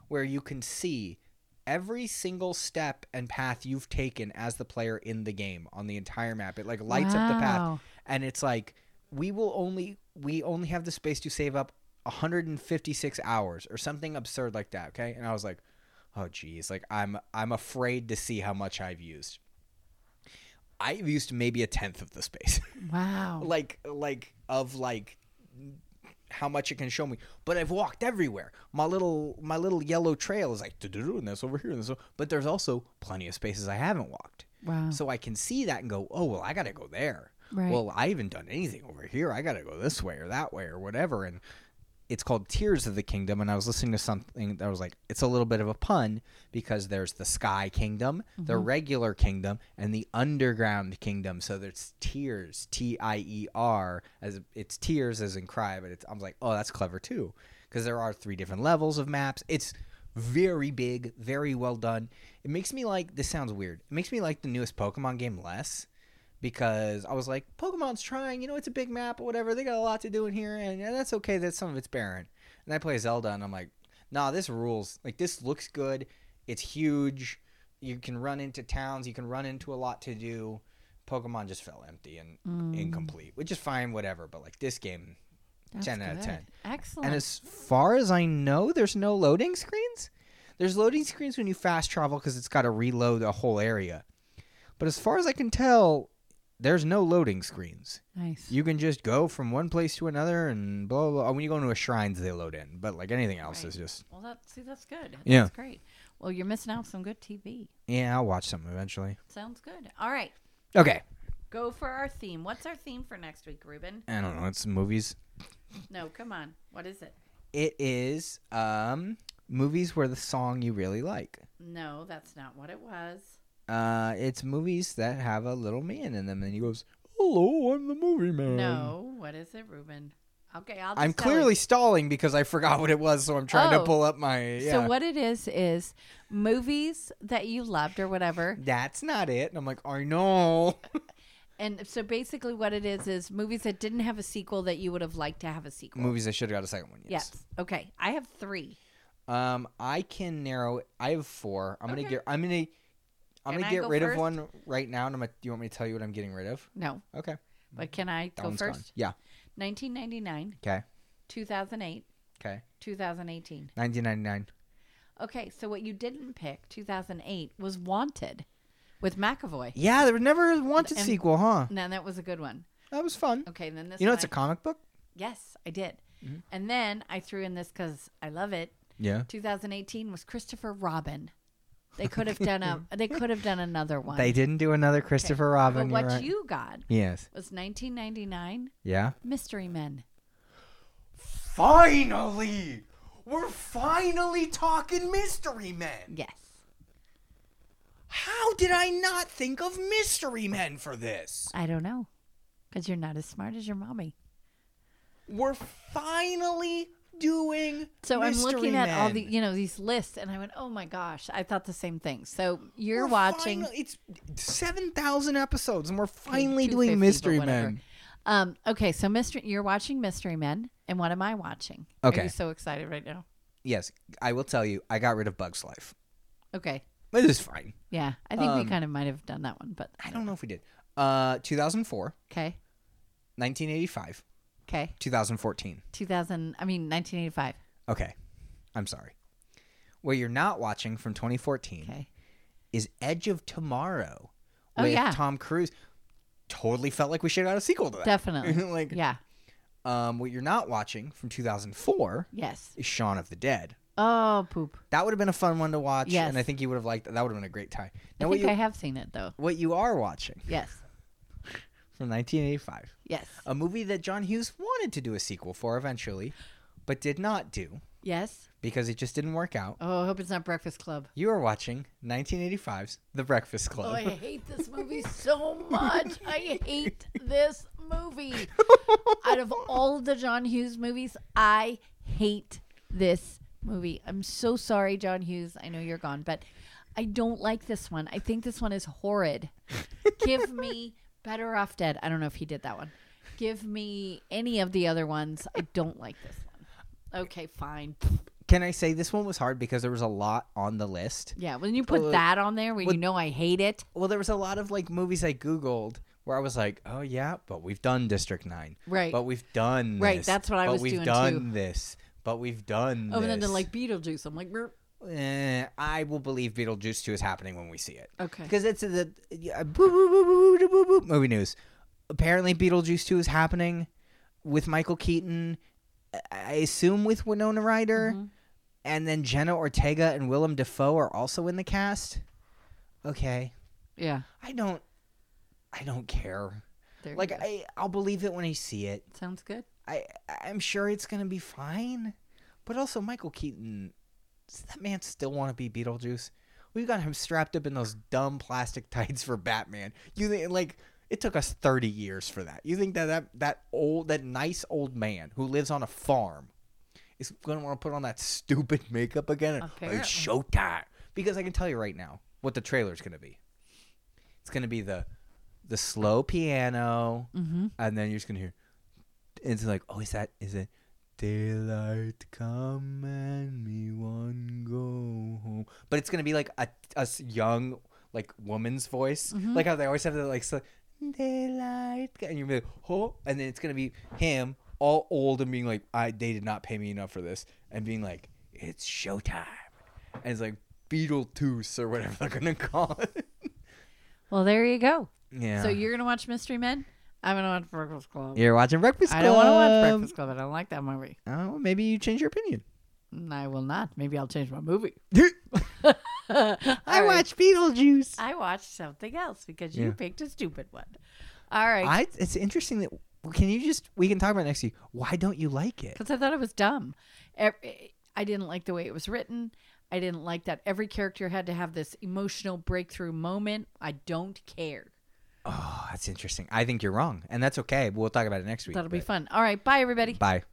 S1: where you can see every single step and path you've taken as the player in the game on the entire map. It like lights up the path
S2: Wow.
S1: and it's like we will only we only have the space to save up 156 hours or something absurd like that okay and i was like oh geez like i'm i'm afraid to see how much i've used i've used maybe a tenth of the space [LAUGHS]
S2: Wow.
S1: like like of like how much it can show me but i've walked everywhere my little my little yellow trail is like "Doo-doo-doo," and that's over here and this but there's also plenty of spaces i haven't walked
S2: wow.
S1: so I can see that and go, oh, well, I got to go there.
S2: Right.
S1: Well, I haven't done anything over here. I got to go this way or that way or whatever. And it's called Tears of the Kingdom. And I was listening to something that was like, it's a little bit of a pun because there's the Sky Kingdom, the regular kingdom, and the underground kingdom. So there's tears, T I E R, as it's tears as in cry, but it's, I'm like, oh, that's clever too. Because there are three different levels of maps. It's, very big, very well done. It makes me like this sounds weird. It makes me like the newest Pokemon game less because I was like, Pokemon's trying, you know, it's a big map or whatever. They got a lot to do in here, and, and that's okay that some of it's barren. And I play Zelda, and I'm like, nah, this rules. Like this looks good. It's huge. You can run into towns. You can run into a lot to do. Pokemon just felt empty and
S2: Mm.
S1: incomplete, which is fine, whatever. But like this game,
S2: That's
S1: 10 out of
S2: good.
S1: 10.
S2: Excellent.
S1: and as far as I know, there's no loading screens. There's loading screens when you fast travel because it's got to reload a whole area. But as far as I can tell, there's no loading screens.
S2: nice.
S1: You can just go from one place to another and blah blah. blah. When you go into a shrines, they load in. But like anything else
S2: Right.
S1: is just
S2: well, that see, that's good. That's
S1: Yeah.
S2: great. Well, you're missing out on some good TV.
S1: yeah, I'll watch something eventually.
S2: Sounds good. All right,
S1: Okay,
S2: go for our theme. What's our theme for next week, Ruben?
S1: I don't know. It's movies.
S2: No, come on. What is it?
S1: It is um movies where the song you really like.
S2: No, that's not what it was.
S1: Uh, it's movies that have a little man in them, and he goes, "Hello, I'm the movie man."
S2: no, what is it, Ruben? Okay, I'll. Just
S1: Um, I'm
S2: tell it.
S1: clearly stalling because I forgot what it was, so I'm trying
S2: Oh.
S1: to pull up my. Yeah.
S2: So what it is is movies that you loved or whatever.
S1: That's not it. And I'm like, I
S2: [LAUGHS]
S1: know.
S2: And so basically what it is is movies that didn't have a sequel that you would have liked to have a sequel.
S1: Movies I should have got a second one.
S2: Yes.
S1: Yes.
S2: Okay. I have 3.
S1: Um, I can narrow. I have four. I'm
S2: Okay.
S1: gonna get. I'm gonna. I'm
S2: Can
S1: gonna
S2: I
S1: get
S2: go
S1: rid
S2: first?
S1: of one right now, and I'm gonna. Do you want me to tell you what I'm getting rid of?
S2: No.
S1: Okay.
S2: But can I
S1: That
S2: go
S1: one's gone.
S2: first?
S1: Yeah.
S2: 1999,
S1: Okay.
S2: 2008,
S1: Okay.
S2: 2018.
S1: 1999.
S2: Okay, so what you didn't pick 2008 was Wanted with McAvoy.
S1: Yeah, there was never a wanted
S2: And-
S1: sequel, huh?
S2: Now that was a good one.
S1: That was fun.
S2: Okay, and then this
S1: You know,
S2: one
S1: it's a
S2: I-
S1: comic book.
S2: Yes, I did.
S1: Mm-hmm.
S2: And then I threw in this cuz I love it.
S1: Yeah.
S2: 2018 was Christopher Robin. They could have done
S1: [LAUGHS]
S2: a they could have done another one.
S1: They didn't do another Christopher Robin.
S2: But
S1: you're
S2: what
S1: right.
S2: you got
S1: Yes.
S2: was 1999
S1: Yeah.
S2: Mystery Men.
S1: Finally! We're finally talking Mystery Men!
S2: Yes.
S1: How did I not think of Mystery Men for this?
S2: I don't know. Cuz you're not as smart as your mommy.
S1: We're finally doing?
S2: So I'm
S1: Mystery
S2: looking at all the
S1: Men?
S2: you know these lists, and I went, "Oh my gosh!" I thought the same thing. So you're
S1: We're
S2: watching
S1: finally- it's seven thousand episodes, and we're
S2: okay,
S1: finally doing
S2: 250,
S1: Mystery
S2: but whatever.
S1: Men.
S2: Um, okay, so mystery, you're watching Mystery Men, and what am I watching? are
S1: Okay.
S2: you so excited right now?
S1: Yes, I will tell you, I got rid of Bug's Life.
S2: Okay,
S1: This is fine.
S2: yeah, I think
S1: Um,
S2: we kind of might have done that one, but
S1: I don't know if we did. Uh, 2004,
S2: okay,
S1: 1985,
S2: okay,
S1: 2014.
S2: 2000, I mean 1985.
S1: Okay, I'm sorry. What you're not watching from 2014
S2: Okay,
S1: is Edge of Tomorrow
S2: Oh,
S1: with
S2: yeah.
S1: Tom Cruise. Totally felt like we should have got a sequel [LAUGHS] to that.
S2: definitely,
S1: like,
S2: yeah,
S1: um, what you're not watching from 2004
S2: yes.
S1: is Shaun of the Dead.
S2: Oh poop!
S1: That would have been a fun one to watch,
S2: Yes.
S1: and I think you would have liked that. That would have been a great time.
S2: I
S1: Now, what
S2: think
S1: you,
S2: I have seen it though.
S1: what you are watching
S2: Yes,
S1: from 1985,
S2: yes,
S1: a movie that John Hughes wanted to do a sequel for eventually, but did not do
S2: yes.
S1: because it just didn't work out.
S2: Oh, I hope it's not Breakfast Club.
S1: You are watching 1985's The Breakfast Club. [LAUGHS]
S2: Oh, I hate this movie so much. I hate this movie. Out of all the John Hughes movies, I hate this movie. I'm so sorry, John Hughes. I know you're gone, but I don't like this one. I think this one is horrid. Give me Better Off Dead. I don't know if he did that one. Give me any of the other ones. I don't like this one. Okay, fine.
S1: Can I say this one was hard because there was a lot on the list?
S2: Yeah, when you put
S1: Well,
S2: that on there, when you
S1: well-
S2: know I hate it,
S1: Well, there was a lot of like movies I googled where I was like, "Oh yeah, but we've done District 9.
S2: Right.
S1: But we've done
S2: Right,
S1: this.
S2: that's what I
S1: but
S2: was
S1: we've
S2: doing,
S1: done this. But we've done
S2: oh,
S1: this.
S2: and then they're like Beetlejuice. I'm like, "Burp."
S1: Eh, I will believe Beetlejuice 2 is happening when we see it.
S2: okay.
S1: Because it's the uh, boop, boop, boop, boop, boop, boop, boop, movie news. Apparently, Beetlejuice 2 is happening with Michael Keaton, I- I assume with Winona Ryder,
S2: Mm-hmm.
S1: and then Jenna Ortega and Willem Dafoe are also in the cast. Okay.
S2: Yeah.
S1: I don't. I don't care.
S2: There
S1: Like
S2: you go.
S1: I, I'll believe it when I see it.
S2: sounds good.
S1: I, I'm sure it's gonna be fine. But also, Michael Keaton, does that man still want to be Beetlejuice? We've got him strapped up in those dumb plastic [LAUGHS] tights for Batman. You think like it took us 30 years for that? You think that that that old that nice old man who lives on a farm is gonna want to put on that stupid [LAUGHS] makeup again? and,
S2: Apparently.
S1: It's showtime because I can tell you right now what the trailer's gonna be. It's gonna be the the slow piano, and then you're just gonna hear. And it's like, oh, is that is it? Daylight come and me one go home. But it's gonna be like a, a s- young like woman's voice,
S2: Mm-hmm.
S1: like how they always have the like so, daylight, co-" and you're gonna be like, oh, and then it's gonna be him all old and being like, I they did not pay me enough for this, and being like, it's showtime, and it's like Beetlejuice or whatever they're gonna [LAUGHS] call it.
S2: Well, there you go.
S1: Yeah.
S2: So you're gonna watch Mystery Men. I'm gonna watch Breakfast Club.
S1: You're watching Breakfast
S2: I
S1: Club.
S2: don't want to watch Breakfast Club. I don't like that movie.
S1: Oh, maybe you change your [LAUGHS] opinion.
S2: Mm, I will not. Maybe I'll change my movie. [LAUGHS]
S1: I
S2: right.
S1: watch Beetlejuice.
S2: I watched something else because you
S1: Yeah.
S2: picked a stupid one. All right.
S1: I. It's interesting that. Can you just? We can talk about it next week. Why don't you like it?
S2: Because I, thought it was dumb. Ev- eh, I didn't like the way it was written. I didn't like that every character had to have this emotional breakthrough moment. I don't care.
S1: Oh, that's interesting. I think you're wrong, and that's okay. We'll talk about it next week.
S2: That'll be
S1: but-
S2: fun. All right. Bye, everybody.
S1: Bye.